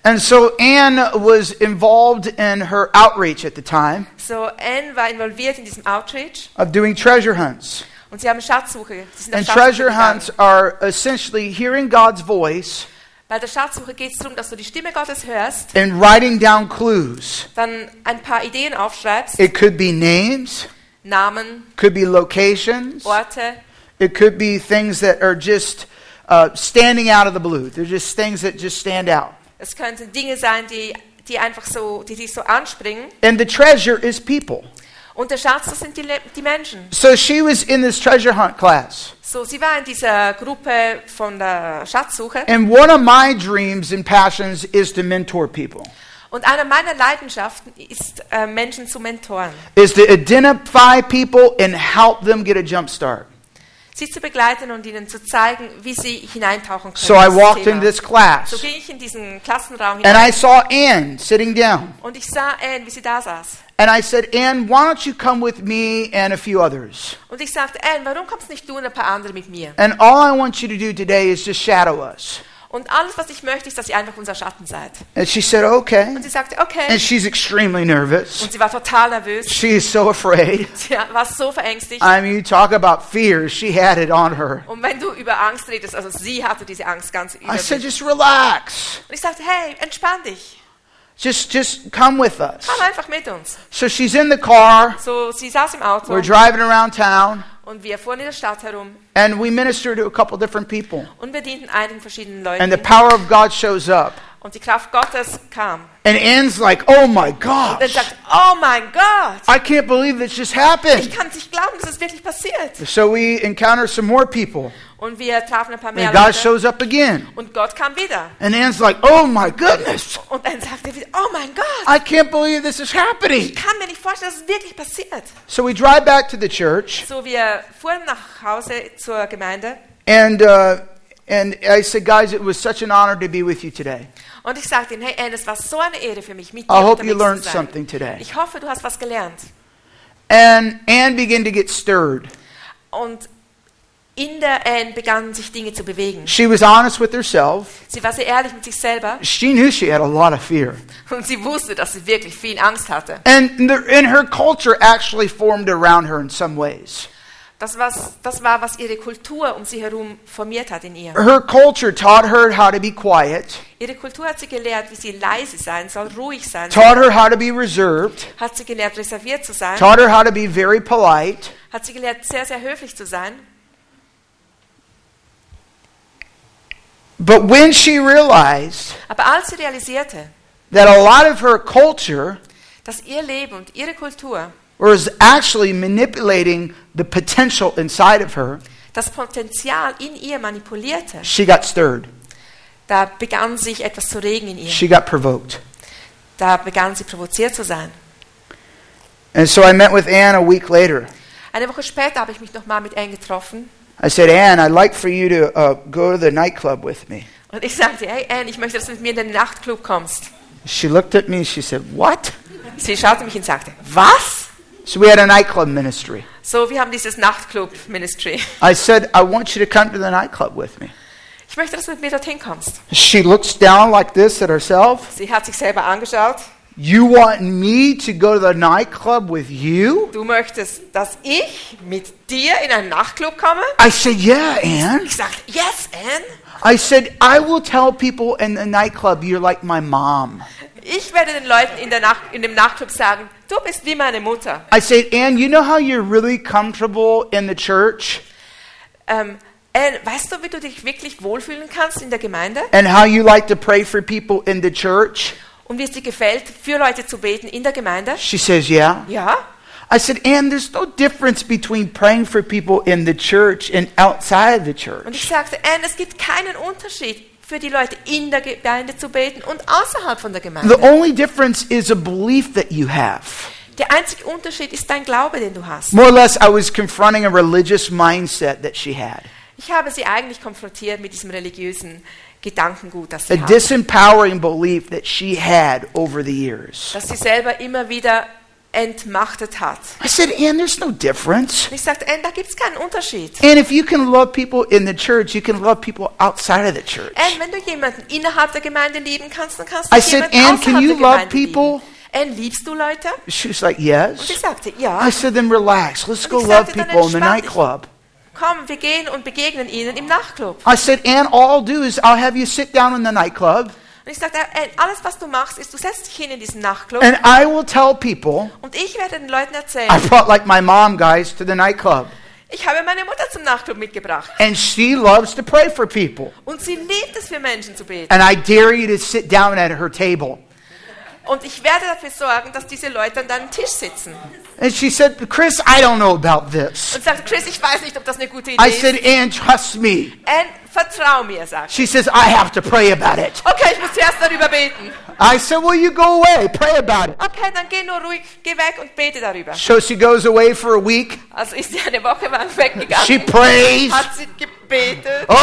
And so Anne was involved in her outreach at the time
So, Anne war involviert in diesem Outreach
of doing treasure hunts.
und sie haben Schatzsuche. Sie sind auf
And
Schatzsuche
treasure
gegangen.
hunts are essentially hearing God's voice
Bei der Schatzsuche geht es darum, dass du die Stimme Gottes hörst,
and writing down clues.
dann ein paar Ideen aufschreibst,
It could be names,
Namen,
could be locations,
Orte,
it could be things that are just uh, standing out of the blue. They're just things that just stand out.
Es könnten Dinge sein, die, die einfach so, die dich so anspringen.
And the treasure is people.
Und der Schatz, das sind die, Le- die Menschen.
So she was in this treasure hunt class.
So, sie war in dieser Gruppe von der Schatzsuche.
And one of my dreams and passions is to mentor people,
Und eine meiner Leidenschaften ist, äh, Menschen zu mentoren.
is to identify people and help them get a jump start.
Sie zu begleiten und ihnen zu zeigen, wie sie hineintauchen können.
So I
in das
walked
Thema.
into this
so
class
ging ich in diesen Klassenraum
and
hinein
I saw Anne sitting down.
und ich sah Anne, wie sie da saß.
And I said, Anne, why don't you come with me and a few others?
Und ich sagte, Anne, warum kommst nicht du und ein paar andere mit mir?
And all I want you to do today is just shadow us.
Und alles, was ich möchte, ist, dass ihr einfach unser Schatten seid.
And she said, okay.
Und sie sagte, okay.
And she's extremely nervous.
Und sie war total nervös.
She is so afraid.
Sie war so verängstigt.
I mean, you talk about fear. She had it on her.
Und wenn du über Angst redest, also sie hatte diese Angst ganz über
I said,
dich.
just relax.
Und ich sagte, hey, entspann dich.
Just, just come with us.
Komm einfach mit uns.
So she's in the car.
So, sie saß im Auto
We're driving around town,
und wir fuhren in der Stadt herum
and we minister to a couple different people.
und bedienten einigen verschiedenen
And the
Leuten.
power of God shows up.
Und die Kraft Gottes kam.
And Anne's like, oh my
Und dann
gosh,
sagt, oh mein Gott,
I can't believe this just
ich
happened.
kann nicht glauben, dass es wirklich passiert.
So we encounter some more people,
Und wir trafen ein paar mehr
and God
Leute
shows up again.
und Gott kam wieder.
And Anne's like, oh my goodness,
Und dann sagte wieder, oh mein Gott,
I can't believe this is happening.
ich kann mir nicht vorstellen, dass es wirklich passiert.
So we drive back to the church,
So, wir fuhren nach Hause zur Gemeinde
and, uh, and I said, guys, it was such an honor to be with you today.
und ich sagte ihm, hey Anne, es war so eine Ehre für mich, mit dir
I hope you
unterwegs
learned
zu sein.
something today.
Ich hoffe, du hast was gelernt.
And Anne began to get stirred.
Und in der Anne begannen sich Dinge zu bewegen.
She was honest with herself.
Sie war sehr ehrlich mit sich selber
She knew she had a lot of fear.
und sie wusste, dass sie wirklich viel Angst hatte.
And, the, and her culture actually formed around her in some ways.
Das, was, das war, was ihre Kultur um sie herum formiert hat in ihr.
Her culture taught her how to be quiet,
Ihre Kultur hat sie gelehrt, wie sie leise sein soll, ruhig sein soll.
taught her how to be reserved,
Hat sie gelehrt, reserviert zu sein.
taught her how to be very polite.
Hat sie gelehrt, sehr, sehr höflich zu sein.
But when she realized
Aber als sie realisierte,
that a lot of her culture
dass ihr Leben und ihre Kultur
was actually manipulating the potential inside of her,
das Potenzial in ihr manipulierte,
she got stirred.
da begann sich etwas zu regen in ihr.
She got provoked.
Da begann sie provoziert zu sein.
And so I met with Anne a week later.
Eine Woche später habe ich mich nochmal mit Anne getroffen
I said, Anne, I'd like for you to uh, go to the nightclub with me.
und ich sagte, hey Anne, ich möchte, dass du mit mir in den Nachtclub kommst.
She looked at me. She said, What?
Sie schaute mich und sagte, was?
So we had a nightclub ministry.
So, wir haben dieses Nachtclub-Ministry.
I said, I want you to come to the nightclub with me.
Ich möchte, dass du mit mir dorthin kommst.
She looks down like this at herself.
Sie hat sich selber angeschaut.
You want me to go to the nightclub with you?
Du möchtest, dass ich mit dir in einen Nachtclub komme?
I said, Yeah, Anne.
Ich sagte, yes, Anne.
I said, I will tell people in the nightclub you're like my mom.
Ich werde den Leuten in, der Nacht, in dem Nachtclub sagen, du bist wie meine Mutter.
I said, Anne, you know how you're really comfortable in the church?
Ähm, Äh, weißt du, wie du dich wirklich wohlfühlen kannst in der Gemeinde?
and how you like to pray for people in the church?
Und wie es dir gefällt, für Leute zu beten in der Gemeinde?
She says, Yeah.
Ja.
I said, Ann, there's no difference between praying for people in the church and outside the
Und ich
church.
sagte, Anne, es gibt keinen Unterschied für die Leute in der Gemeinde zu beten und außerhalb von der Gemeinde.
The only difference is a belief that you have.
Der einzige Unterschied ist dein Glaube, den du hast.
More or less, I was confronting a religious mindset that she had,
Ich habe sie eigentlich konfrontiert mit diesem religiösen Gedankengut, das
a
sie hat,
disempowering belief that she had over the years.
das sie selber immer wieder entmachtet hat.
I said, Ann, there's no difference.
Und ich sagte, Anne, da gibt es keinen Unterschied.
And if you can love people in the church, you can love people outside of the church.
Anne, wenn du jemanden innerhalb der Gemeinde lieben kannst, dann kannst du
I said,
jemanden
Anne,
außerhalb
can you
der
love
Gemeinde
people?
lieben. Anne, liebst du Leute?
She was like,
Und sie
Yes.
sagte, ja.
I said, Then relax. Let's
Und
go
ich
love
sagte dann,
people in the
entspann dich.
nightclub.
Komm, wir gehen und begegnen ihnen im Nachtclub.
I said, Ann, all I'll do is I'll have you sit down in the nightclub
Und ich sagte, Anne, alles was du machst, ist, du setzt dich hin in diesen Nachtclub
and I will tell people.
und ich werde den Leuten erzählen,
I brought like my mom, guys, to the nightclub.
ich habe meine Mutter zum Nachtclub mitgebracht.
And she loves to pray for people.
Und sie liebt es, für Menschen zu beten.
And I dare you to sit down at her table.
Und ich werde dafür sorgen, dass diese Leute an deinem Tisch sitzen.
And she said, Chris, I don't know about this.
Und sagt, Chris, ich weiß nicht, ob das eine gute Idee
I said,
ist.
Ann, trust me.
Anne, vertrau mir, sagt.
She says, I have to pray about it.
Okay, ich muss zuerst darüber beten.
I said, Well, you go away, pray about it.
Okay, dann geh nur ruhig, geh weg und bete darüber.
So she goes away for a week.
Also ist sie eine Woche lang
She
weggegangen,
prays.
hat sie gebetet.
Oh,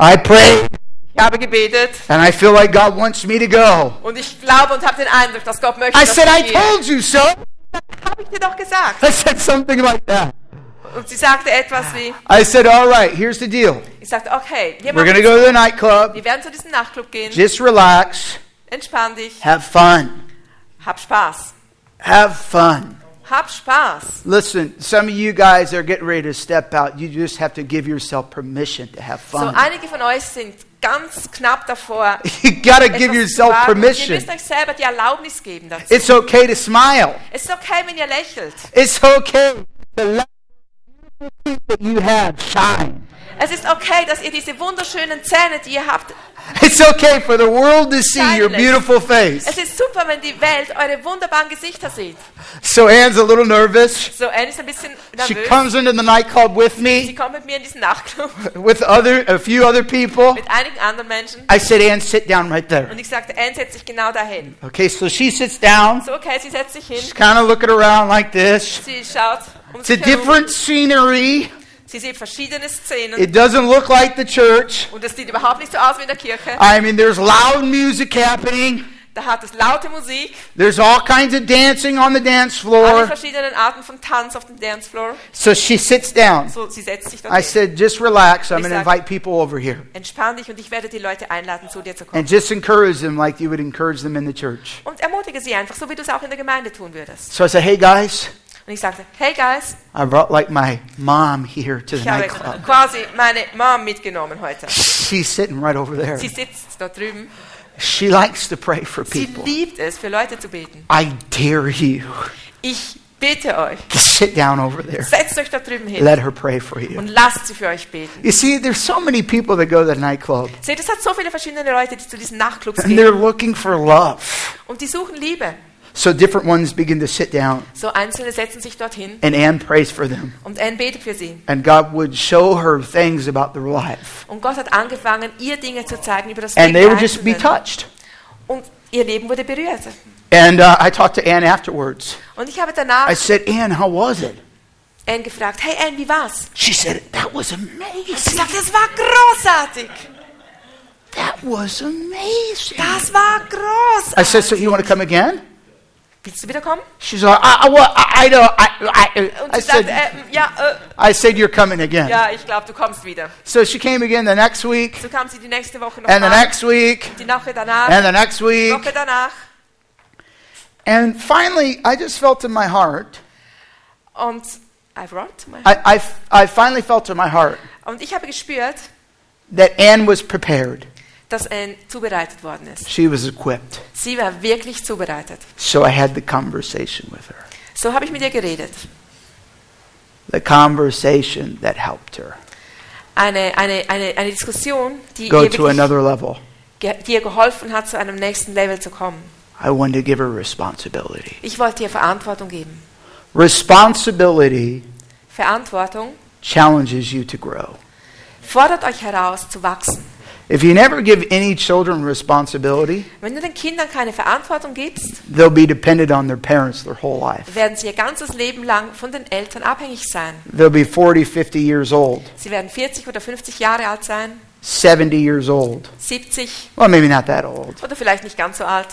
I pray,
Ich habe gebetet
and I feel like God wants me to go.
und ich glaube und habe den Eindruck, dass Gott möchte,
I
dass
said, I
ich gehe.
told you so.
Habe ich dir doch gesagt.
I said something like that.
Und sie sagte etwas wie,
I said, All right, here's the deal.
ich sagte, okay, wir,
We're going to
machen
go to the nightclub.
wir werden zu diesem Nachtclub gehen.
Just relax,
Entspann dich,
have fun.
hab Spaß.
Have fun.
Hab Spaß.
Listen, some of you guys are getting ready to step out. You just have to give yourself permission to have
So,
fun.
einige von euch sind ganz knapp davor.
you gotta
etwas
give
zu
yourself
wagen. Ihr
permission.
müsst euch selber die Erlaubnis geben dazu.
It's okay to smile.
Es ist okay, wenn ihr lächelt.
It's okay to let the that you have shine.
Es ist okay, dass ihr diese wunderschönen Zähne, die ihr habt,
It's okay for the world to see your
Silence.
beautiful face.
es ist super, wenn die Welt eure wunderbaren Gesichter sieht.
So Anne's a little nervous.
So, Anne ist ein bisschen
She
nervös.
comes into the nightclub with
Sie
me,
kommt mit mir in diesen Nachtclub
with other a few other people.
mit einigen anderen Menschen.
I said, Anne, sit down right there.
Und ich sagte, Anne, setz dich genau dahin.
Okay, so she sits down.
So, okay, sie setzt sich hin.
She's kind of looking around like this.
Sie schaut um
It's a
sich herum.
different scenery.
Sie sieht verschiedene Szenen.
It doesn't look like the church.
Und es sieht überhaupt nicht so aus wie in der Kirche.
I mean, there's loud music happening.
Da hat es laute Musik,
There's all kinds of dancing on the dance
alle
floor.
verschiedenen Arten von Tanz auf dem Dancefloor.
So she sits down.
So, sie setzt sich dort
I
hin.
said, just relax. I'm going
Ich
to
sag-
invite people over here
Entspann dich und ich werde die Leute einladen, zu dir zu kommen.
and just encourage them like you would encourage them in the church.
Und ermutige sie einfach, so wie du es auch in der Gemeinde tun würdest.
So I said, hey guys,
Und ich sagte, hey guys,
I brought like my mom here to the
ich habe
nightclub.
quasi meine Mom mitgenommen heute.
She's sitting right over there.
Sie sitzt dort drüben.
She likes to pray for
Sie
people.
liebt es, für Leute zu beten.
I dare you
Ich bitte euch,
to sit down over there.
setzt euch dort drüben hin
Let her pray for you.
und lasst sie für euch beten.
You see, there's so many people that go to the nightclub.
Seht, es hat so viele verschiedene Leute, die zu diesen Nachtclubs
And they're
gehen.
looking for love.
Und die suchen Liebe.
So different ones begin to sit down,
So Einzelne setzen sich dorthin
and Anne prays for them.
und Anne betet für sie.
And God would show her things about their life.
Und Gott hat angefangen, ihr Dinge zu zeigen über das
And
Leben
they
der
would just be
Einzelnen.
touched.
Und ihr Leben wurde berührt.
And uh, I talked to Anne afterwards.
Und ich habe danach
I said, Anne, how was it?
Anne gefragt, hey Anne, wie war's?
She said, That was
Sie
amazing.
sagt, das war großartig.
That was amazing.
Das war
I
großartig.
said, So you want to come again?
Willst du wiederkommen?
She's like, I, I, well, I, I don't. I, I,
Und
I,
sie
said,
sagt, ähm, ja,
I said, You're coming
äh,
again.
ja, ich glaube, du kommst wieder.
So she came again the next week,
So kam sie die nächste Woche noch
and the
mal,
next week,
die Woche danach,
and the next
die
week.
Woche danach.
And finally, I just felt in my heart,
Und I brought my
I, I, I finally felt in my heart
Und ich habe gespürt,
that Anne was prepared.
dass Anne zubereitet worden ist.
She was equipped.
Sie war wirklich zubereitet.
So I had the conversation with her.
So habe ich mit ihr geredet.
The conversation that helped her
Eine, eine, eine, eine Diskussion, die
go
ihr,
to
wirklich,
another level.
ge- die ihr geholfen hat, zu einem nächsten Level zu kommen.
I wanted to give her responsibility.
Ich wollte ihr Verantwortung geben.
Responsibility
Verantwortung
challenges you to grow.
fordert euch heraus, zu wachsen.
If you never give any children responsibility,
Wenn du den Kindern keine Verantwortung gibst,
they'll be dependent on their parents their whole life.
werden sie ihr ganzes Leben lang von den Eltern abhängig sein.
They'll be 40, 50 years old,
Sie werden 40 oder 50 Jahre alt sein,
70 years old.
70
Well, maybe not that old.
oder vielleicht nicht ganz so alt.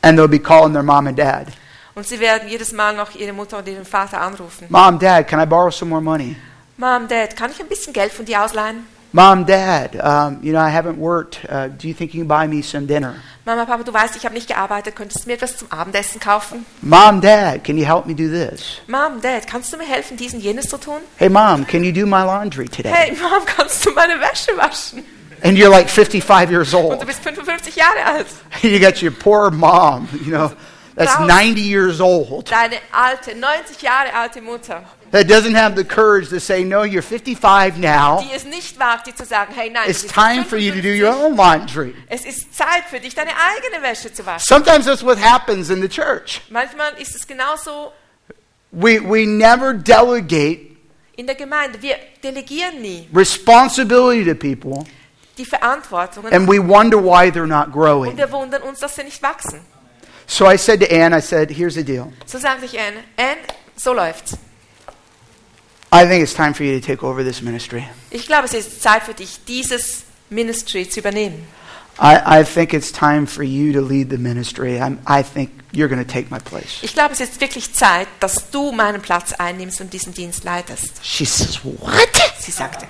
And they'll be calling their mom and dad.
Und sie werden jedes Mal noch ihre Mutter und ihren Vater anrufen.
Mom, dad, can I borrow some more money?
Mom, Dad, kann ich ein bisschen Geld von dir ausleihen?
Mom, dad, um, you know, I haven't worked. Uh, do you think you can buy me some dinner?
Mama, Papa, du weißt, ich habe nicht gearbeitet. Könntest du mir etwas zum Abendessen kaufen?
Mom, dad, can you help me do this?
Mom, Dad, kannst du mir helfen, diesen jenes zu tun?
Hey, mom, can you do my laundry today?
Hey, Mom, kannst du meine Wäsche waschen?
And you're like 55 years
Und du
old.
bist 55 Jahre alt.
you got your poor mom, you know, that's
Wow.
90 years old.
Deine alte, 90 Jahre alte Mutter,
that doesn't have the courage to say, No, you're 55 now.
die es nicht wagt, dir zu sagen, hey, nein, du
Oh. It's
bist
time for you to do your
55.
own laundry.
Es ist Zeit für dich, deine eigene Wäsche zu waschen.
Sometimes that's what happens in the church.
Manchmal ist es genauso
We, we never delegate
in der Gemeinde. Wir delegieren nie
responsibility to people,
die Verantwortungen
and we wonder why they're not
und
growing.
wir wundern uns, dass sie nicht wachsen.
So I said to Ann, I said, Here's the deal.
So sagte ich Anne, Anne, so läuft's.
I think it's time for you to take over this ministry.
Ich glaube, es ist Zeit für dich, dieses Ministry zu übernehmen.
I, I think it's time for you to lead the ministry. I'm, I think you're going to take my place.
Ich glaube, es ist wirklich Zeit, dass du meinen Platz einnimmst und diesen Dienst leitest.
She says, What?
Sie sagte.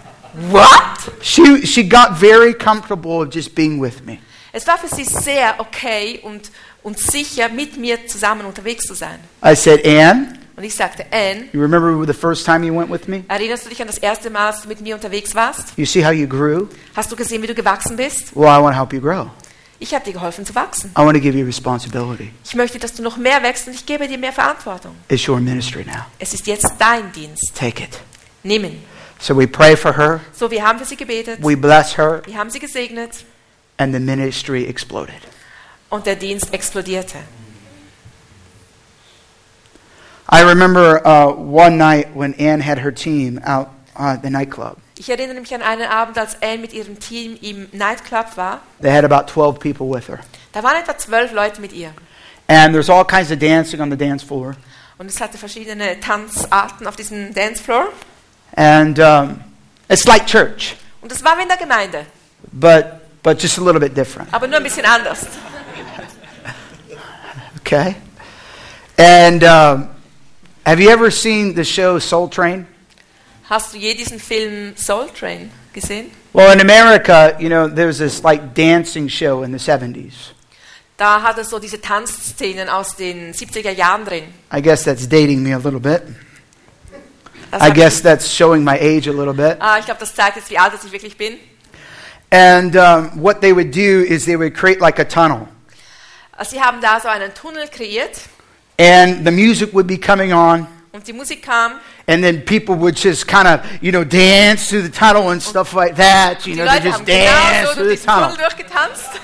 What? She, she got very comfortable of just being with me.
Es war für sie sehr okay und, und sicher, mit mir zusammen unterwegs zu sein.
I said, Ann,
Und ich sagte, Anne,
you remember the first time you went with me?
erinnerst du dich an das erste Mal, als du mit mir unterwegs warst?
You see how you grew?
Hast du gesehen, wie du gewachsen bist?
Well, I want to help you grow.
Ich habe dir geholfen zu wachsen.
I want to give you responsibility.
Ich möchte, dass du noch mehr wächst und ich gebe dir mehr Verantwortung.
It's your ministry now.
Es ist jetzt dein Dienst.
Take it.
Nimm ihn.
So we pray for her,
So, wir haben für sie gebetet,
we bless her,
wir haben sie gesegnet
and the ministry exploded.
und der Dienst explodierte.
I remember uh, one night when Ann had her team out uh, at the nightclub.
Ich erinnere mich an einen Abend, als Anne mit ihrem Team im Nightclub war.
They had about 12 people with her.
Da waren etwa zwölf Leute mit ihr.
And there's all kinds of dancing on the dance floor.
Und es hatte verschiedene Tanzarten auf diesem Dancefloor.
And um, it's like church,
Und es war wie in der Gemeinde,
but, but just a little bit different.
aber nur ein bisschen anders.
Okay. And um, have you ever seen the show Soul Train?
Hast du je diesen Film Soul Train gesehen?
Well, in America, you know, there's this like dancing show in the 70s.
Da hat es so diese Tanzszenen aus den 70er Jahren drin.
I guess that's dating me a little bit.
Das
I
hab
guess that's showing my age a little bit.
Ich, ah, ich glaube, das zeigt jetzt, wie alt ich wirklich bin.
And um, what they would do is they would create like a tunnel,
Ah, Sie haben da so einen Tunnel kreiert
and the music would be coming on.
und die Musik kam.
And then people would just kind of, you know, dance through the tunnel and stuff like that. You
Die
know, they
Leute
just
haben genau
dance through
so durch
the
diesen Tunnel
tunnel
durchgetanzt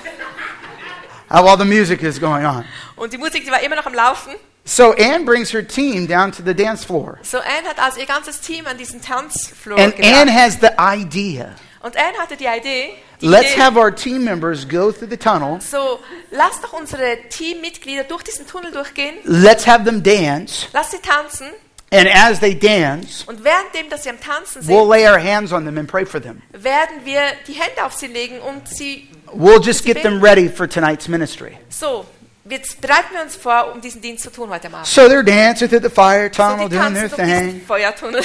uh, while the music is going on.
und die Musik, die war immer noch am Laufen.
So Anne brings her team down to the dance floor.
So Anne hat also ihr ganzes Team an diesen Tanzflur
And
gebracht.
Anne has the idea.
und Anne hatte die Idee, die
Let's
Idee
have our team members go through the tunnel.
so, lass doch unsere Teammitglieder durch diesen Tunnel durchgehen,
Let's have them dance.
lass sie tanzen
And as they dance,
und währenddem, dass sie am Tanzen sind,
we'll lay our hands on them and pray for them.
werden wir die Hände auf sie legen und sie
We'll just get them ready for tonight's ministry.
so, jetzt bereiten wir uns vor, um diesen Dienst zu tun heute am Abend.
So they're dancing through the fire
So,
tunnel,
die
doing their
tanzen durch
thing,
diesen Feuertunnel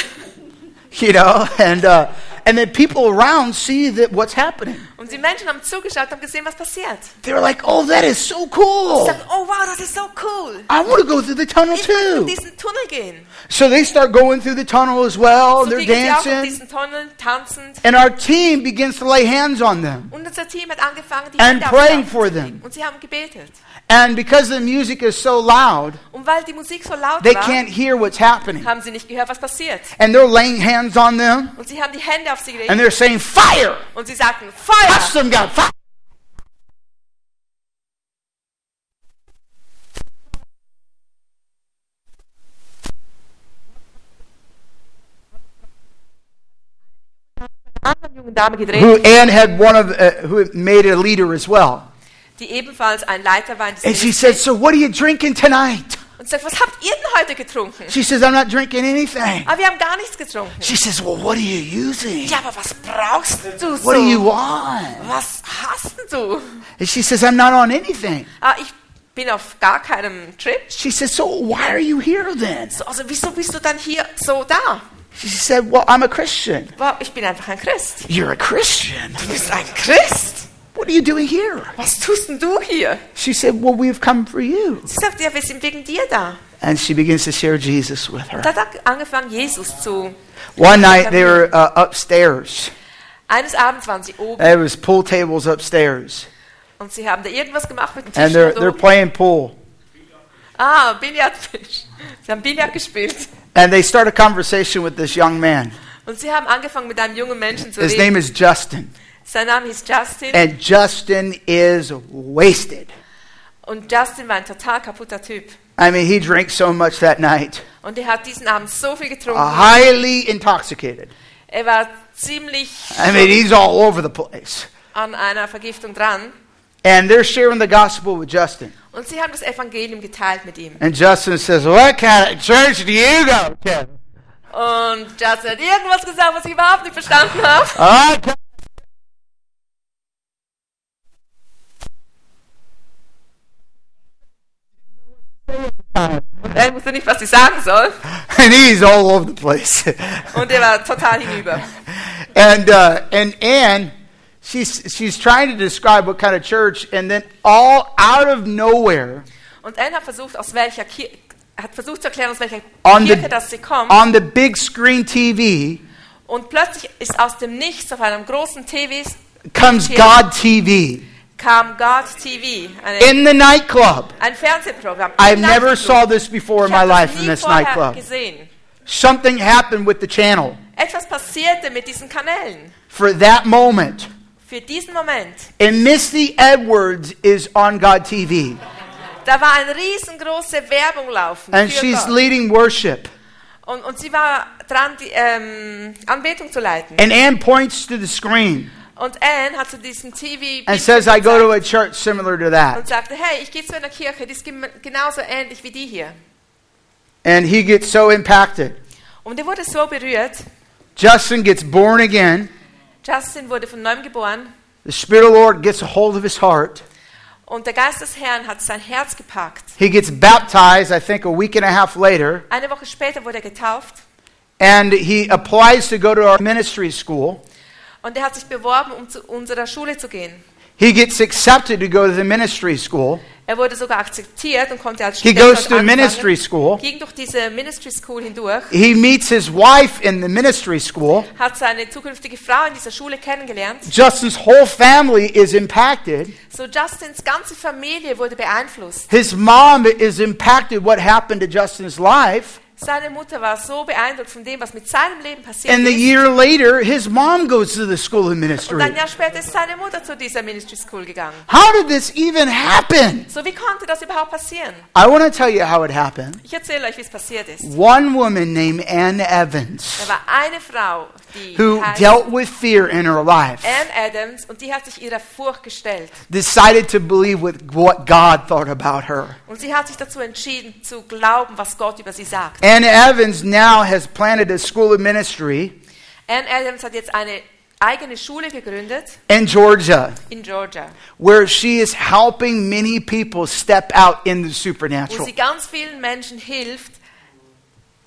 you know, and, uh, and then people around see that what's happening.
und die Menschen haben zugeschaut, haben gesehen, was passiert.
They're like, oh, that is so
Sie
cool.
sagten, oh wow, das ist so cool.
I want to go through the tunnel
Ich will durch
too.
diesen Tunnel gehen.
So they start going through the tunnel as well,
So
and Oh, they're
gingen sie auch in
dancing.
diesen Tunnel tanzend.
And our team begins to lay hands on them.
Und unser Team hat angefangen, die
And
Hände auf die
praying
Augen
for
zu legen.
them.
Und sie haben gebetet.
And because the music is so loud,
Und weil die Musik so laut
they
war,
can't hear what's happening.
haben sie nicht gehört, was passiert.
And they're laying hands on them,
Und sie haben die Hände auf sie
and
gelegt.
they're saying, Fire!
Und sie sagten, Feuer!
Touch them, God! Fire!
Eine andere junge Dame gedreht,
Who Anne had one of, uh, who made a leader as well.
die ebenfalls ein Leiter war in
And
diesem
she said, So what are you drinking tonight?
Und sagt, was habt ihr denn heute getrunken?
She says, I'm not drinking anything.
Aber wir haben gar nichts getrunken.
She says, Well, what are you using?
Ja, aber was brauchst du
What do you
so?
want?
Was hast denn du?
And she says, I'm not on anything.
Ah, ich bin auf gar keinem Trip.
She says, So why are you here then?
So, Also wieso bist du dann hier so da?
She said, Well, I'm a Christian.
Wow, ich bin einfach ein Christ.
You're a Christian?
Du bist ein Christ?
What are you doing here?
Was tust denn du hier?
She said, Well, we've come for you.
Sie sagt, ja, wir sind wegen dir da.
And she begins to share Jesus with her.
Da hat er angefangen, Jesus zu.
One night they were uh, upstairs.
Eines Abends waren sie oben
There was pool tables upstairs,
und sie haben da irgendwas gemacht mit dem Tisch.
and they're
dort
they're
oben.
playing pool.
ah, Billardtisch. Sie haben Billard gespielt.
And they start a conversation with this young man.
Und sie haben angefangen, mit einem jungen Menschen zu
His
reden.
name is Justin,
Sein Name hieß Justin.
and Justin is wasted.
Und Justin war ein total kaputter Typ.
I mean, he drank so much that night,
Und er hat diesen Abend so viel getrunken.
uh, highly intoxicated.
Er war ziemlich
I mean, he's all over the place.
an einer Vergiftung dran.
And they're sharing the gospel with Justin.
Und sie haben das Evangelium geteilt mit ihm.
And Justin says, What kind of church do you go to?
Und Justin hat irgendwas gesagt, was ich überhaupt nicht verstanden habe.
I go
Und er wusste nicht, was ich sagen soll.
and he's all over the place.
Und er war total hinüber.
and uh, and Anne, she's she's trying to describe what kind of church, and then all out of nowhere,
Und Anne hat versucht, aus welcher Kir hat versucht zu erklären, aus welcher
On the-
Kirche das sie kommt.
on the big screen TV
Und plötzlich ist aus dem Nichts auf einem großen TV
comes
Here.
God TV
kam God TV, eine,
in the nightclub.
ein Fernsehprogramm.
I
Im
never
Nachtclub.
saw this before in
Ich
my
habe das
life in
nie
this
vorher
nightclub.
Gesehen.
Something happened with the channel
Etwas passierte mit diesen Kanälen.
for that moment.
Für diesen Moment,
And Misty Edwards is on God TV,
da war eine riesengroße Werbung laufen.
and
für
she's
Gott.
leading worship.
und, und sie war dran, die ähm, Anbetung zu leiten.
And Anne points to the screen
Und Anne hat zu diesem TV
and says, I go to a church similar to
und
that.
sagte, hey, ich gehe zu einer Kirche, die ist gem- genauso ähnlich wie die hier.
And he gets so impacted.
Und er wurde so berührt.
Justin gets born again.
Justin wurde von neuem geboren
The Spirit of the Lord gets a hold of his heart.
und der Geist des Herrn hat sein Herz gepackt.
He gets baptized, I think, a week and a half later.
Eine Woche später wurde er getauft
And he applies to go to our ministry school.
und er hat sich beworben, um zu unserer Schule zu gehen.
He gets accepted to go to the ministry school.
Er wurde sogar akzeptiert und konnte als
He
Student
goes
dort
to
anfangen,
ministry school.
ging durch diese Ministry School hindurch,
He meets his wife in the ministry school.
hat seine zukünftige Frau in dieser Schule kennengelernt.
Justin's whole family is impacted.
So Justins ganze Familie wurde beeinflusst.
His mom is impacted what happened to Justin's life.
Seine Mutter war so beeindruckt von dem, was mit seinem Leben passiert
And the
ist.
year later, his mom goes to the school of
Und
ministry.
ein Jahr später ist seine Mutter zu dieser Ministry School gegangen.
How did this even happen?
So wie konnte das überhaupt passieren?
I want to tell you how it happened.
Ich erzähle euch, wie es passiert ist.
One woman named Ann
Da
Evans
war eine Frau, die
who
heißt
dealt with fear in her life
Anne Adams und die hat sich ihrer Furcht gestellt.
decided to believe with what God thought about her.
Und sie hat sich dazu entschieden, zu glauben, was Gott über sie sagt.
Ann Evans now has planted a school of ministry
Anne Adams hat jetzt eine eigene Schule gegründet
in Georgia
in Georgia,
where she is helping many people step out in the
wo
supernatural.
sie ganz vielen Menschen hilft,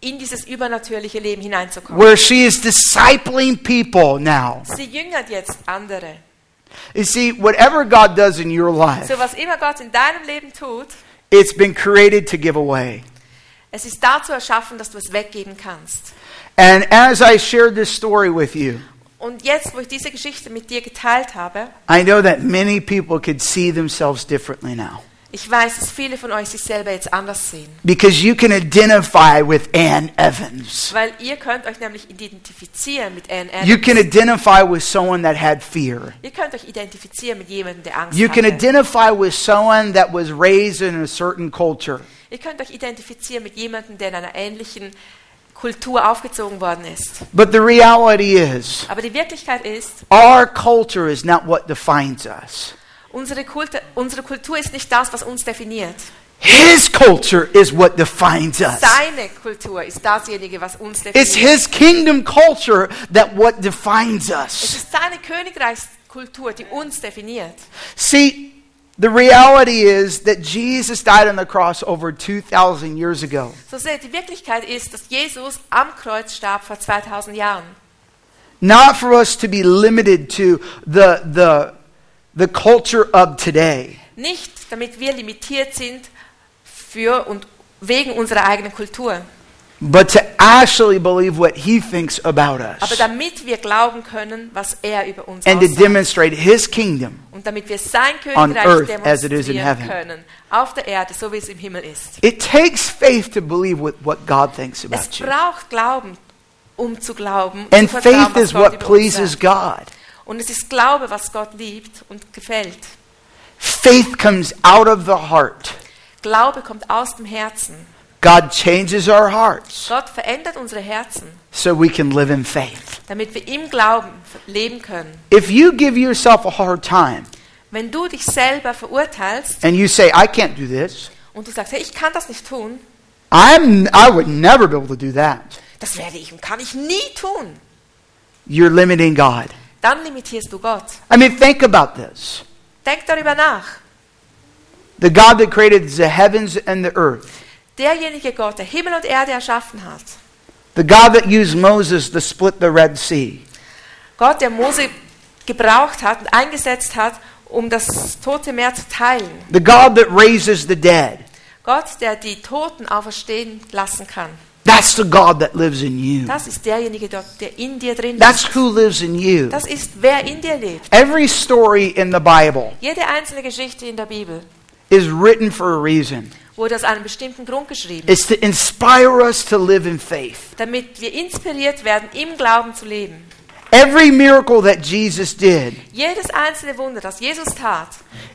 in dieses übernatürliche Leben hineinzukommen.
Where she is discipling people now.
Sie jüngert jetzt andere.
You see, whatever God does in your life,
So was immer Gott in deinem Leben tut,
it's been created to give away.
Es ist dazu erschaffen, dass du es weggeben kannst.
And as I shared this story with you,
Und jetzt, wo ich diese Geschichte mit dir geteilt habe,
I know that many people could see themselves differently now
ich weiß, dass viele von euch sich selber jetzt anders sehen.
because you can identify with Ann Evans.
Weil ihr könnt euch nämlich identifizieren mit Anne
You
Adams.
can identify with someone that had fear.
Ihr könnt euch identifizieren mit jemandem, der Angst
You can
hatte.
identify with someone that was raised in a certain culture.
Ihr könnt euch identifizieren mit jemandem, der in einer ähnlichen Kultur aufgezogen worden ist.
But the reality is,
Aber die Wirklichkeit ist,
our culture is not what defines us.
unsere, Kulte, unsere Kultur ist nicht das, was uns definiert.
His culture is what defines us.
Seine Kultur ist dasjenige, was uns
It's
definiert.
his kingdom culture that what defines
Es
us.
ist seine Königreichskultur, die uns definiert.
See, the reality is that Jesus died on the cross over 2000 years ago.
So seht, die Wirklichkeit ist, dass Jesus am Kreuz starb vor 2000 Jahren.
Not for us to be limited to the the the culture of today.
Nicht, damit wir limitiert sind für und wegen unserer eigenen Kultur,
but to actually believe what he thinks about
aber
us
damit wir glauben können, was er über uns
and to
aussagt.
demonstrate his kingdom
Und damit wir sein
on
Königreich
earth as it is in
demonstrieren
heaven.
können, auf der Erde, so wie es im Himmel ist.
it takes faith to believe what, what god thinks
Es
about you
braucht Glauben, um zu glauben. um
and
zu vertrauen,
faith
was
is
Gott
what
über uns
pleases
sagt.
god
Und es ist Glaube, was Gott liebt und gefällt.
faith comes out of the heart
Glaube kommt aus dem Herzen.
god changes our hearts
Gott verändert unsere Herzen,
so we can live in faith
damit wir im Glauben leben können.
if you give yourself a hard time
Wenn du dich selber verurteilst
and you say i can't do this
und du sagst, hey, ich kann das nicht tun,
i'm i would never be able to do that
das werde ich und kann ich nie tun,
you're limiting god
dann limitierst du Gott.
i mean think about this
Denk darüber nach.
the god that created the heavens and the earth
Derjenige Gott, der Himmel und Erde erschaffen hat,
The God that used Moses to split the Red Sea.
Gott, der Mose gebraucht hat und eingesetzt hat, um das Tote Meer zu teilen.
The God that raises the dead.
Gott, der die Toten auferstehen lassen kann.
That's the God that lives in you.
Das ist derjenige dort, der in dir drin
That's
ist.
who lives in you.
Das ist, wer in dir lebt.
Every story in the Bible
Jede einzelne Geschichte in der Bibel
is written for a reason.
wurde aus einem bestimmten Grund geschrieben,
It's to inspire us to live in faith.
damit wir inspiriert werden, im Glauben zu leben.
Every miracle that Jesus did
Jedes einzelne Wunder, das Jesus tat,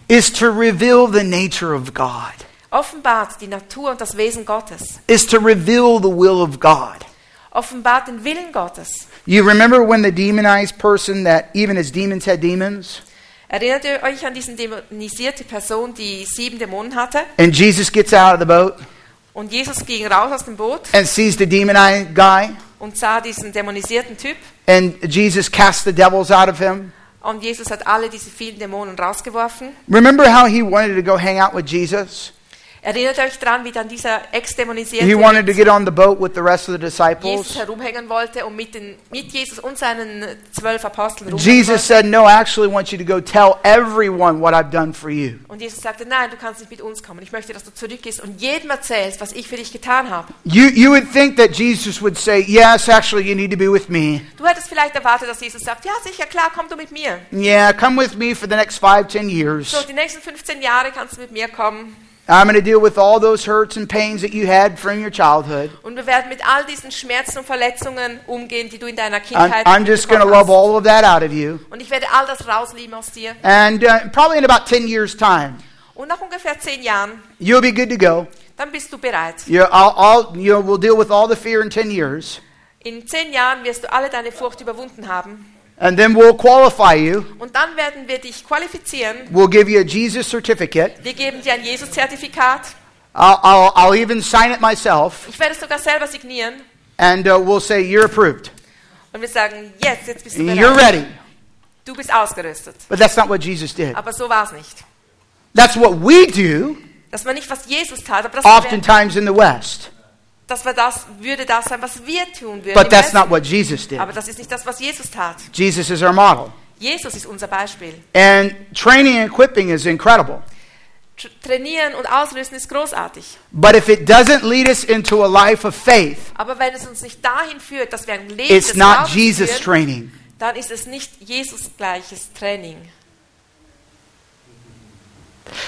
is to reveal the nature of God,
offenbart die Natur und das Wesen Gottes,
is to reveal the will of God.
offenbart den Willen Gottes.
You remember when the demonized person that even his demons had demons?
Erinnert ihr euch an diese dämonisierte Person, die sieben Dämonen hatte?
And Jesus gets out of the boat
Und Jesus ging raus aus dem Boot
and sees the demonized guy.
und sah diesen dämonisierten Typ.
And Jesus cast the devils out of him.
Und Jesus hat alle diese vielen Dämonen rausgeworfen.
Remember how he wanted to go hang out with Jesus?
Erinnert euch daran, wie dann dieser
He
Ex-Dämonisierte
wanted to
mit
get on the boat with the rest of the
Jesus
disciples.
herumhängen wollte und mit, den, mit Jesus und seinen zwölf Aposteln rumhängen
Jesus
wollte.
said, No, I actually want you to go tell everyone what I've done for you.
Und Jesus sagte, nein, du kannst nicht mit uns kommen. Ich möchte, dass du zurückgehst und jedem erzählst, was ich für dich getan habe.
You, you would think that Jesus would say, Yes, actually, you need to be with me.
Du hättest vielleicht erwartet, dass Jesus sagt, ja sicher, klar, komm du mit mir.
Yeah, come with me for the next five, ten years.
So, die nächsten 15 Jahre kannst du mit mir kommen
I'm going to deal with all those hurts and pains that you had from your childhood.
und wir werden mit all diesen Schmerzen und Verletzungen umgehen, die du in deiner
I'm,
Kindheit
I'm just going to
bekommen hast.
love all of that out of you.
Und ich werde all das rauslieben aus dir.
And uh, probably in about 10 years' time,
Und nach ungefähr 10 Jahren,
you'll be good to go.
dann bist du bereit.
You, I'll, I'll, you know, we'll deal with all the fear in 10 years,
In 10 Jahren wirst du alle deine Furcht überwunden haben.
and then we'll qualify you.
Und dann werden wir dich qualifizieren.
We'll give you a Jesus certificate.
Wir geben dir ein Jesus-Zertifikat.
I'll, I'll, I'll even sign it myself,
Ich werde es sogar selber signieren.
and uh, we'll say, You're approved.
Und wir sagen, jetzt, jetzt bist du
You're
bereit.
ready.
Du bist ausgerüstet.
But that's not what Jesus did.
Aber so war es nicht.
That's what we do
Das war nicht, was Jesus tat, aber das, wär,
oftentimes in the West.
das war das, würde das sein, was wir tun würden.
But
im
that's not
Westen.
what Jesus did.
Aber das ist nicht das, was Jesus tat.
Jesus is our model.
Jesus ist unser Beispiel.
And training and equipping is incredible.
tr- trainieren und auslösen ist großartig.
But if it doesn't lead us into a life of faith,
Aber wenn es uns nicht dahin führt, dass wir ein Leben
it's
des
not
Glaubens
Jesus
führen,
training.
dann ist es nicht Jesus gleiches Training.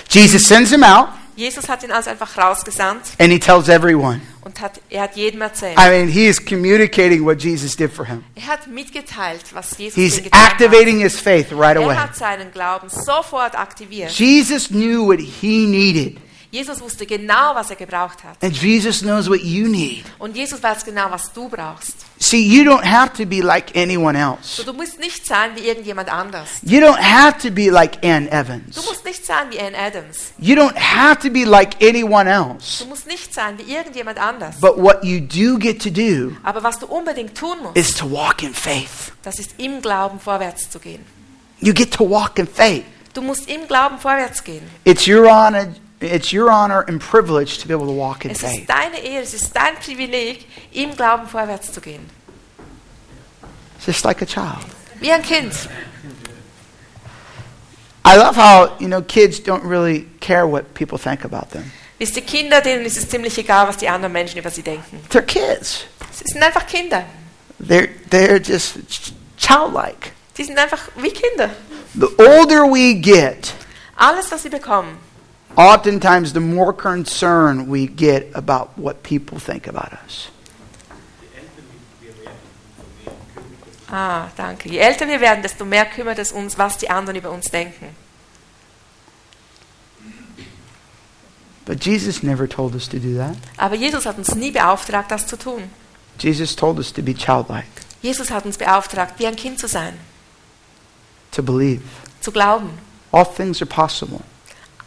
Jesus sends him out
Jesus hat ihn also einfach rausgesandt
and he tells everyone.
und hat, er hat jedem erzählt.
I mean, he is communicating what Jesus did for him.
Er hat mitgeteilt, was Jesus ihm
He's
getan hat.
activating his faith right away.
Er hat seinen Glauben sofort aktiviert.
Jesus knew what he needed,
Jesus wusste genau, was er gebraucht hat.
and Jesus knows what you need.
Und Jesus weiß genau, was du brauchst.
See, you don't have to be like anyone
So,
else.
du musst nicht sein wie irgendjemand anders.
You don't have to be like Ann
Du
Evans.
musst nicht sein wie Ann Adams.
You don't have to be like anyone
Du
else.
musst nicht sein wie irgendjemand anders.
But what you do get to do
Aber was du unbedingt tun musst,
is to walk in faith.
das ist im Glauben vorwärts zu gehen.
You get to walk in faith.
Du musst im Glauben vorwärts gehen.
It's your honor, it's your honor and privilege to be able to walk in
Es ist
faith.
deine Ehre, es ist dein Privileg, im Glauben vorwärts zu gehen.
Just like a child.
Wie ein Kind.
I love how, you know, kids don't really care what people think about them.
Wisst ihr, Kinder, denen ist es ziemlich egal, was die anderen Menschen über sie denken.
They're kids.
Sie sind einfach Kinder.
They're, they're just ch- childlike.
Die sind einfach wie Kinder.
The older we get,
Alles, was sie bekommen,
oftentimes the more concern we get about what people think about us.
Ah, danke. Je älter wir werden, desto mehr kümmert es uns, was die anderen über uns denken.
But Jesus never told us to do that.
Aber Jesus hat uns nie beauftragt, das zu tun.
Jesus told us to be childlike,
Jesus hat uns beauftragt, wie ein Kind zu sein,
to believe.
zu glauben.
All things are possible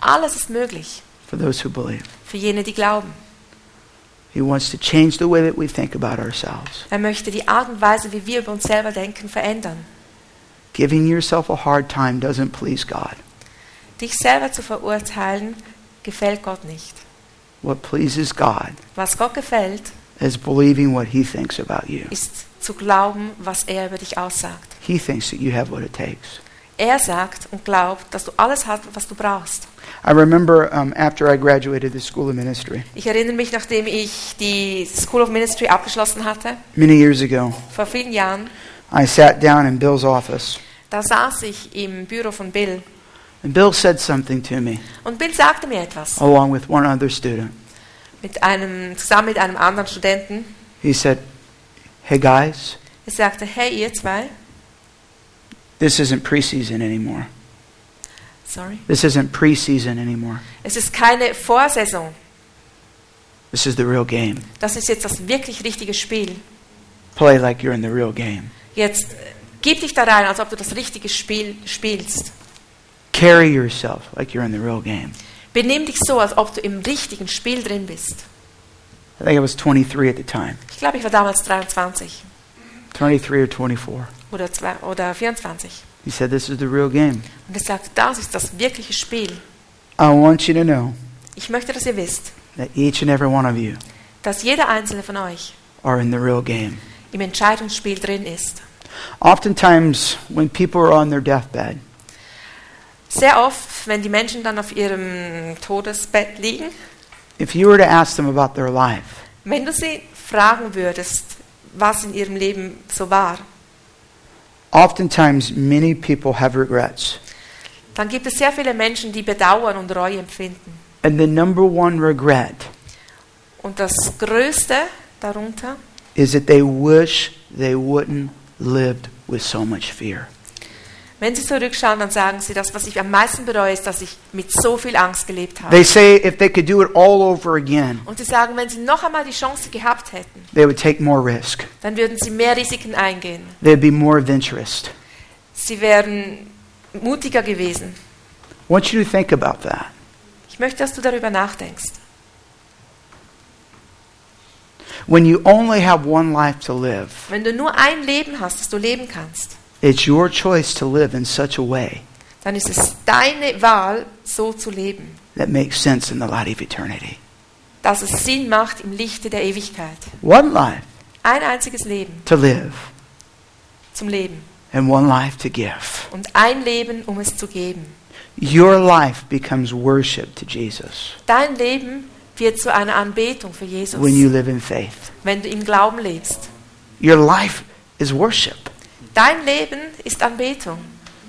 Alles ist möglich
for those who believe.
für jene, die glauben.
He wants to change the way that we think about ourselves.
Er möchte die Art und Weise, wie wir über uns selber denken, verändern.
Giving yourself a hard time doesn't please God.
Dich selber zu verurteilen, gefällt Gott nicht.
What pleases God
Was Gott gefällt,
is believing what He thinks about you.
ist zu glauben, was er über dich aussagt.
He thinks that you have what it takes.
Er sagt und glaubt, dass du alles hast, was du brauchst.
I remember um, after I graduated the School of Ministry
Ich erinnere mich, nachdem ich die School of Ministry abgeschlossen hatte,
many years ago,
vor vielen Jahren,
I sat down in Bill's office,
da saß ich im Büro von Bill
and Bill said something to me,
und Bill sagte mir etwas
along with one other student.
mit einem, zusammen mit einem anderen Studenten.
He said, Hey guys,
Er sagte, hey ihr zwei,
this isn't preseason anymore.
sorry,
This isn't preseason anymore.
es ist keine Vorsaison,
This is the real game.
das ist jetzt das wirklich richtige Spiel.
Play like you're in the real game.
Jetzt äh, gib dich da rein, als ob du das richtige Spiel spielst.
Carry yourself like you're in the real game.
Benimm dich so, als ob du im richtigen Spiel drin bist.
I think I was 23 at the time,
Ich glaube, ich war damals 23
23 or 24.
oder, zwei, oder 24.
He said, This is the real game.
Und er sagte, das ist das wirkliche Spiel.
I want you to know
Ich möchte, dass ihr wisst,
that each and every one of you
dass jeder einzelne von euch
are in the real game.
im Entscheidungsspiel drin ist.
Oftentimes, when people are on their deathbed,
Sehr oft, wenn die Menschen dann auf ihrem Todesbett liegen,
if you were to ask them about their life,
wenn du sie fragen würdest, was in ihrem Leben so war,
oftentimes many people have regrets.
dann gibt es sehr viele Menschen, die Bedauern und Reue empfinden.
And the number one regret
Und das Größte darunter
is that they wish they wouldn't lived with so much fear.
Wenn Sie zurückschauen, dann sagen Sie, das, was ich am meisten bereue, ist, dass ich mit so viel Angst gelebt habe.
They say if they could do it all over again,
Und Sie sagen, wenn Sie noch einmal die Chance gehabt hätten,
they would take more risk.
dann würden Sie mehr Risiken eingehen.
They'd be more adventurous.
Sie wären mutiger gewesen.
I want you to think about that.
Ich möchte, dass du darüber nachdenkst.
When you only have one life to live,
Wenn du nur ein Leben hast, das du leben kannst,
it's your choice to live in such a way
dann ist es deine Wahl, so zu leben,
that makes sense in the light of eternity.
dass es Sinn macht im Lichte der Ewigkeit.
One life
Ein einziges Leben
to live
zum Leben
and one life to give.
und ein Leben, um es zu geben.
Your life becomes worship to Jesus
Dein Leben wird zu einer Anbetung für Jesus,
when you live in faith.
wenn du im Glauben lebst.
Your life is worship.
Dein Leben ist Anbetung.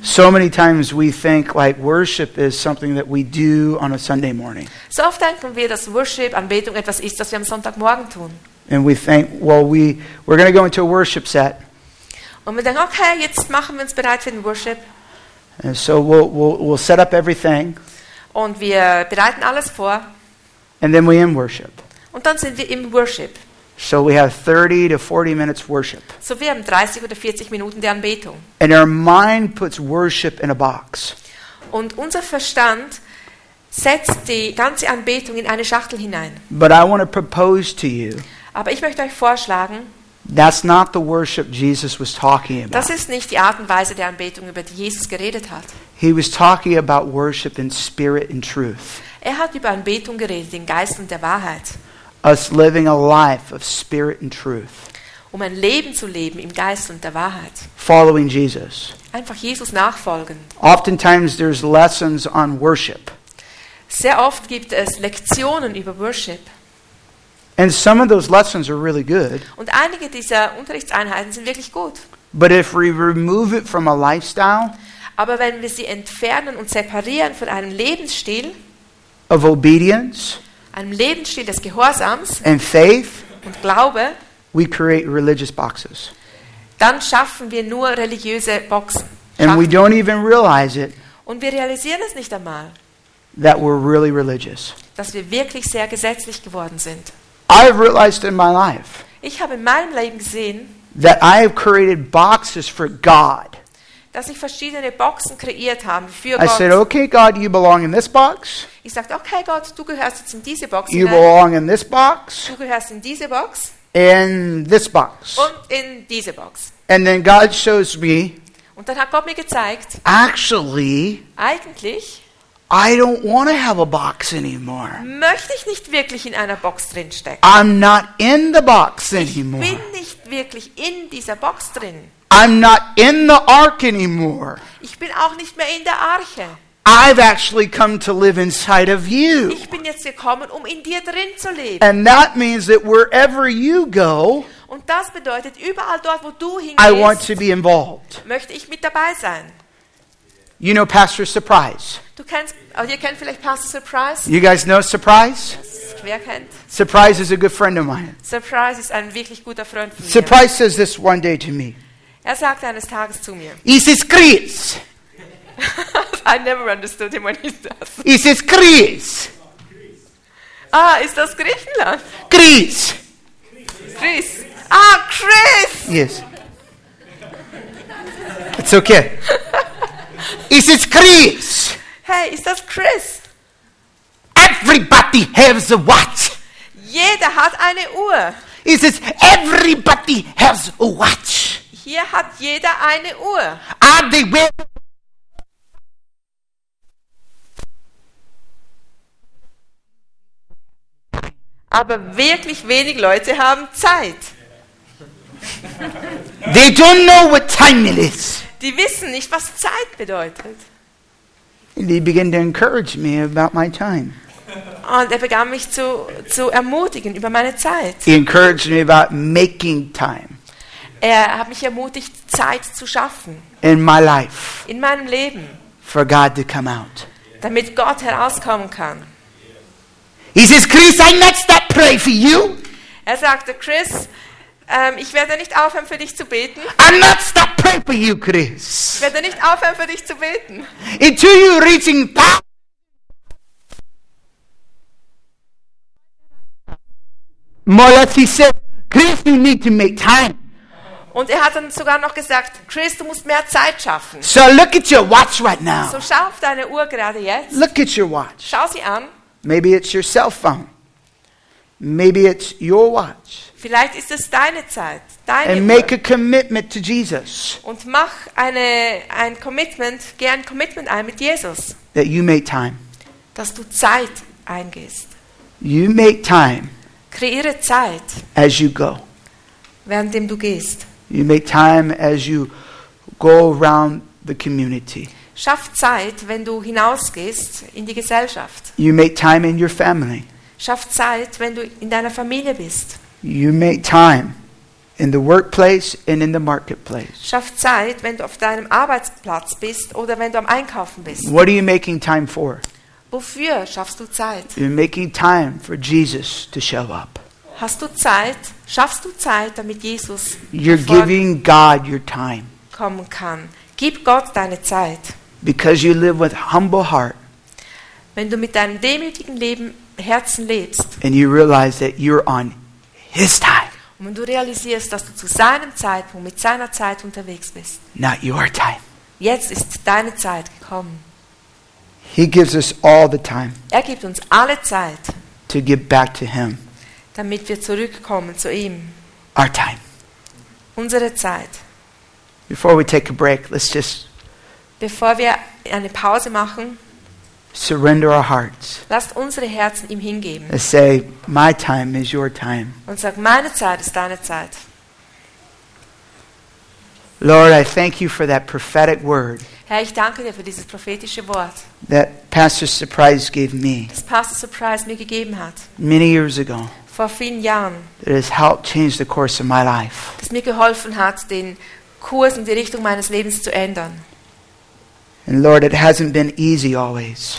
So many times we think like worship is something that we do on a Sunday morning.
So oft denken wir, dass Worship, Anbetung etwas ist, das wir am Sonntagmorgen tun.
And we think, well, we, we're going to go into a worship set.
Und wir denken, okay, jetzt machen wir uns bereit für den Worship
And so we'll, we'll, we'll set up everything
und wir bereiten alles vor
and then we end worship.
und dann sind wir im Worship.
So we have 30 to 40 minutes worship.
So wir haben 30 oder 40 Minuten der Anbetung.
And our mind puts worship in a box.
Und unser Verstand setzt die ganze Anbetung in eine Schachtel hinein.
But I want to propose to you
Aber ich möchte euch vorschlagen,
that's not the worship Jesus was talking about.
das ist nicht die Art und Weise der Anbetung, über die Jesus geredet hat.
He was talking about worship in spirit and truth,
Er hat über Anbetung geredet, den Geist und der Wahrheit.
us living a life of spirit and truth,
Um ein Leben zu leben im Geist und der Wahrheit.
following Jesus.
Einfach Jesus nachfolgen.
Oftentimes, there's lessons on worship.
Sehr oft gibt es Lektionen über Worship.
And some of those lessons are really good,
Und einige dieser Unterrichtseinheiten sind wirklich gut.
but if we remove it from a lifestyle
Aber wenn wir sie entfernen und separieren von einem Lebensstil,
of obedience
einem Lebensstil des Gehorsams
and faith,
und Glaube,
we create religious boxes.
dann schaffen wir nur religiöse Boxen.
And we
Schaffen.
don't even realize it
Und wir realisieren es nicht einmal,
that we're really religious.
dass wir wirklich sehr gesetzlich geworden sind.
I've realized in my life
Ich habe in meinem Leben gesehen,
that I have created boxes for God.
dass ich verschiedene Boxen kreiert habe für
I said,
Gott.
okay, God, you belong in this box,
Ich sagte, okay Gott, du gehörst jetzt in diese Box
you
hinein,
belong in this box,
du gehörst in diese Box
and this box.
und in diese Box.
And then God shows me,
Und dann hat Gott mir gezeigt,
actually,
eigentlich
I don't want to have a box anymore.
möchte ich nicht wirklich in einer Box drinstecken.
I'm not in the box anymore.
Bin nicht wirklich in dieser Box drin.
I'm not in the ark anymore.
Ich bin auch nicht mehr in der Arche.
I've actually come to live inside of you.
Ich bin jetzt gekommen, um in dir drin zu leben.
And that means that wherever you go,
Und das bedeutet, überall dort, wo du
I want
hingehst,
to be involved.
möchte ich mit dabei sein.
You know Pastor Surprise.
Du kennst, oh, ihr kennt vielleicht Pastor Surprise,
You guys know Surprise?
wer kennt?
Surprise is a good friend of mine.
Surprise ist ein wirklich guter Freund von mir.
Surprise says this one day to me.
Er sagte eines Tages zu mir,
Isis Chris.
I never understood him when he does.
Isis Chris.
Ah, ist das Griechenland?
Chris.
Chris. Ah, Chris!
Yes. It's okay. Isis Chris.
Hey, ist das Chris?
Everybody has a watch.
Jeder hat eine Uhr.
Isis everybody has a watch.
Hier hat jeder eine Uhr.
Are they wearing
Aber wirklich wenig Leute haben Zeit.
They don't know what time it is.
Die wissen nicht, was Zeit bedeutet.
And he began to encourage me about my time.
Und er begann mich zu, zu ermutigen über meine Zeit.
He encouraged me about making time
Er hat mich ermutigt, Zeit zu schaffen
in my life
in meinem Leben,
for God to come out.
damit Gott herauskommen kann.
He says, Chris, I not stop praying for you.
Er sagte, Chris, ähm, ich werde nicht aufhören für dich zu beten.
I not stop praying for you,
Ich
Chris.
werde nicht aufhören für dich zu beten.
Until you reaching power. More or less, he said, Chris, you need to make time.
Und er hat dann sogar noch gesagt, Chris, du musst mehr Zeit schaffen.
So look at your watch right now.
So schau auf deine Uhr gerade jetzt.
Look at your watch.
Schau sie an.
Maybe it's your cell phone. Maybe it's your watch.
Vielleicht ist es deine Zeit, deine
And
Uhr.
make a commitment to Jesus
Und mach eine, ein Commitment, geh ein Commitment ein mit Jesus,
that you make time.
dass du Zeit eingehst.
You make time
Kreiere Zeit,
as you go.
währenddem du gehst.
You make time as you go around the community.
Schaff Zeit, wenn du hinausgehst in die Gesellschaft.
You make time in your family.
Schaff Zeit, wenn du in deiner Familie bist.
You make time in the workplace and in the marketplace.
Schaff Zeit, wenn du auf deinem Arbeitsplatz bist oder wenn du am Einkaufen bist.
What are you making time for?
Wofür schaffst du Zeit?
You're making time for Jesus to show up.
Hast du Zeit? Schaffst du Zeit, damit Jesus
You're
hervorkommen
giving God your time
kann? Gib Gott deine Zeit.
because you live with humble heart
Wenn du mit deinem demütigen Leben, Herzen lebst
and you realize that you're on his time,
und wenn du realisierst, dass du zu seinem Zeitpunkt, mit seiner Zeit unterwegs bist,
not your time.
jetzt ist deine Zeit gekommen.
He gives us all the time
Er gibt uns alle Zeit,
to give back to him
damit wir zurückkommen zu ihm.
our time.
Unsere Zeit.
Before we take a break, let's just
Bevor wir eine Pause machen,
surrender our hearts.
lasst unsere Herzen ihm hingeben
Let's say, My time is your time.
und sag, meine Zeit ist deine Zeit.
Lord, I thank you for that prophetic word
Herr, ich danke dir für dieses prophetische Wort,
that Pastor Surprise gave me
das Pastor Surprise mir gegeben hat,
many years ago
vor vielen Jahren,
that has helped change the course of my life.
das mir geholfen hat, den Kurs und die Richtung meines Lebens zu ändern.
And Lord, it hasn't been easy always.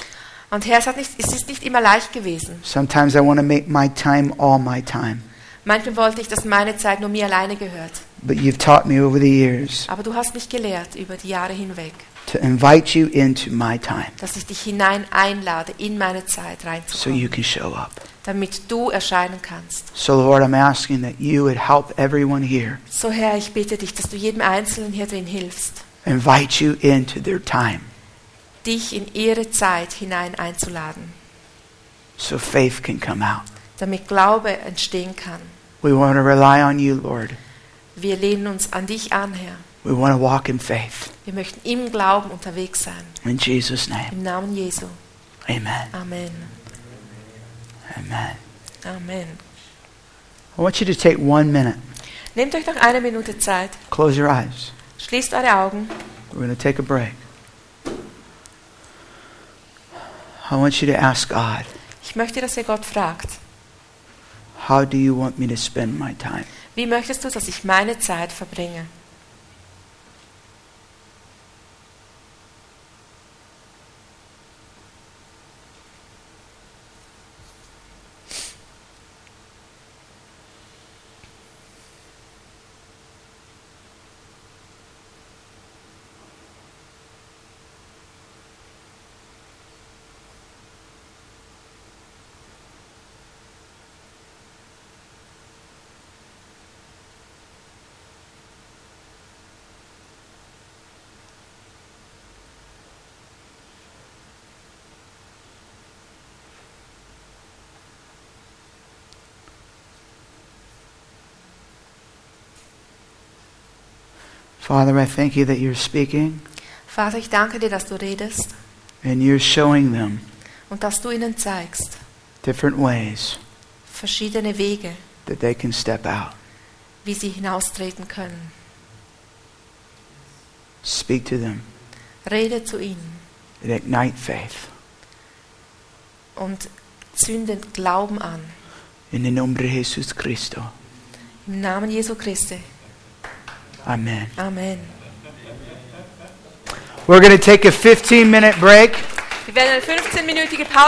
Und Herr, es, hat nicht, es ist nicht immer leicht gewesen.
Sometimes I want to make my time all my time.
Manchmal wollte ich, dass meine Zeit nur mir alleine gehört.
But you've taught me over the years
Aber du hast mich gelehrt über die Jahre hinweg,
to invite you into my time
dass ich dich hinein einlade, in meine Zeit
so
reinzukommen,
you can show up.
damit du erscheinen kannst.
So, Lord, I'm asking that you would help everyone here
So Herr, ich bete dich, dass du jedem Einzelnen hier drin hilfst,
invite you into their time
dich in ihre Zeit hinein einzuladen,
so faith can come out.
damit Glaube entstehen kann.
We want to rely on you, Lord.
Wir lehnen uns an dich an, Herr.
We want to walk in faith.
Wir möchten im Glauben unterwegs sein.
In Jesus' name,
Im Namen Jesu.
amen.
Amen.
Amen.
Amen.
I want you to take one minute,
Nehmt euch noch eine Minute Zeit.
close your eyes.
Schließt eure Augen.
We're going to take a break. I want you to ask God,
Ich möchte, dass ihr Gott fragt.
how do you want me to spend my time?
Wie möchtest du, dass ich meine Zeit verbringe?
Father, I thank you that you're speaking
Vater, ich danke dir, dass du redest
and you're showing them
und dass du ihnen zeigst
different ways
verschiedene Wege,
that they can step out.
wie sie hinaustreten können.
Speak to them
Rede zu ihnen.
and ignite faith.
und zündend Glauben an.
In the nombre de Jesus Cristo.
Im Namen Jesu Christi.
Amen.
Amen.
We're going to take a 15 minute break.
Wir werden eine 15-minütige Pause.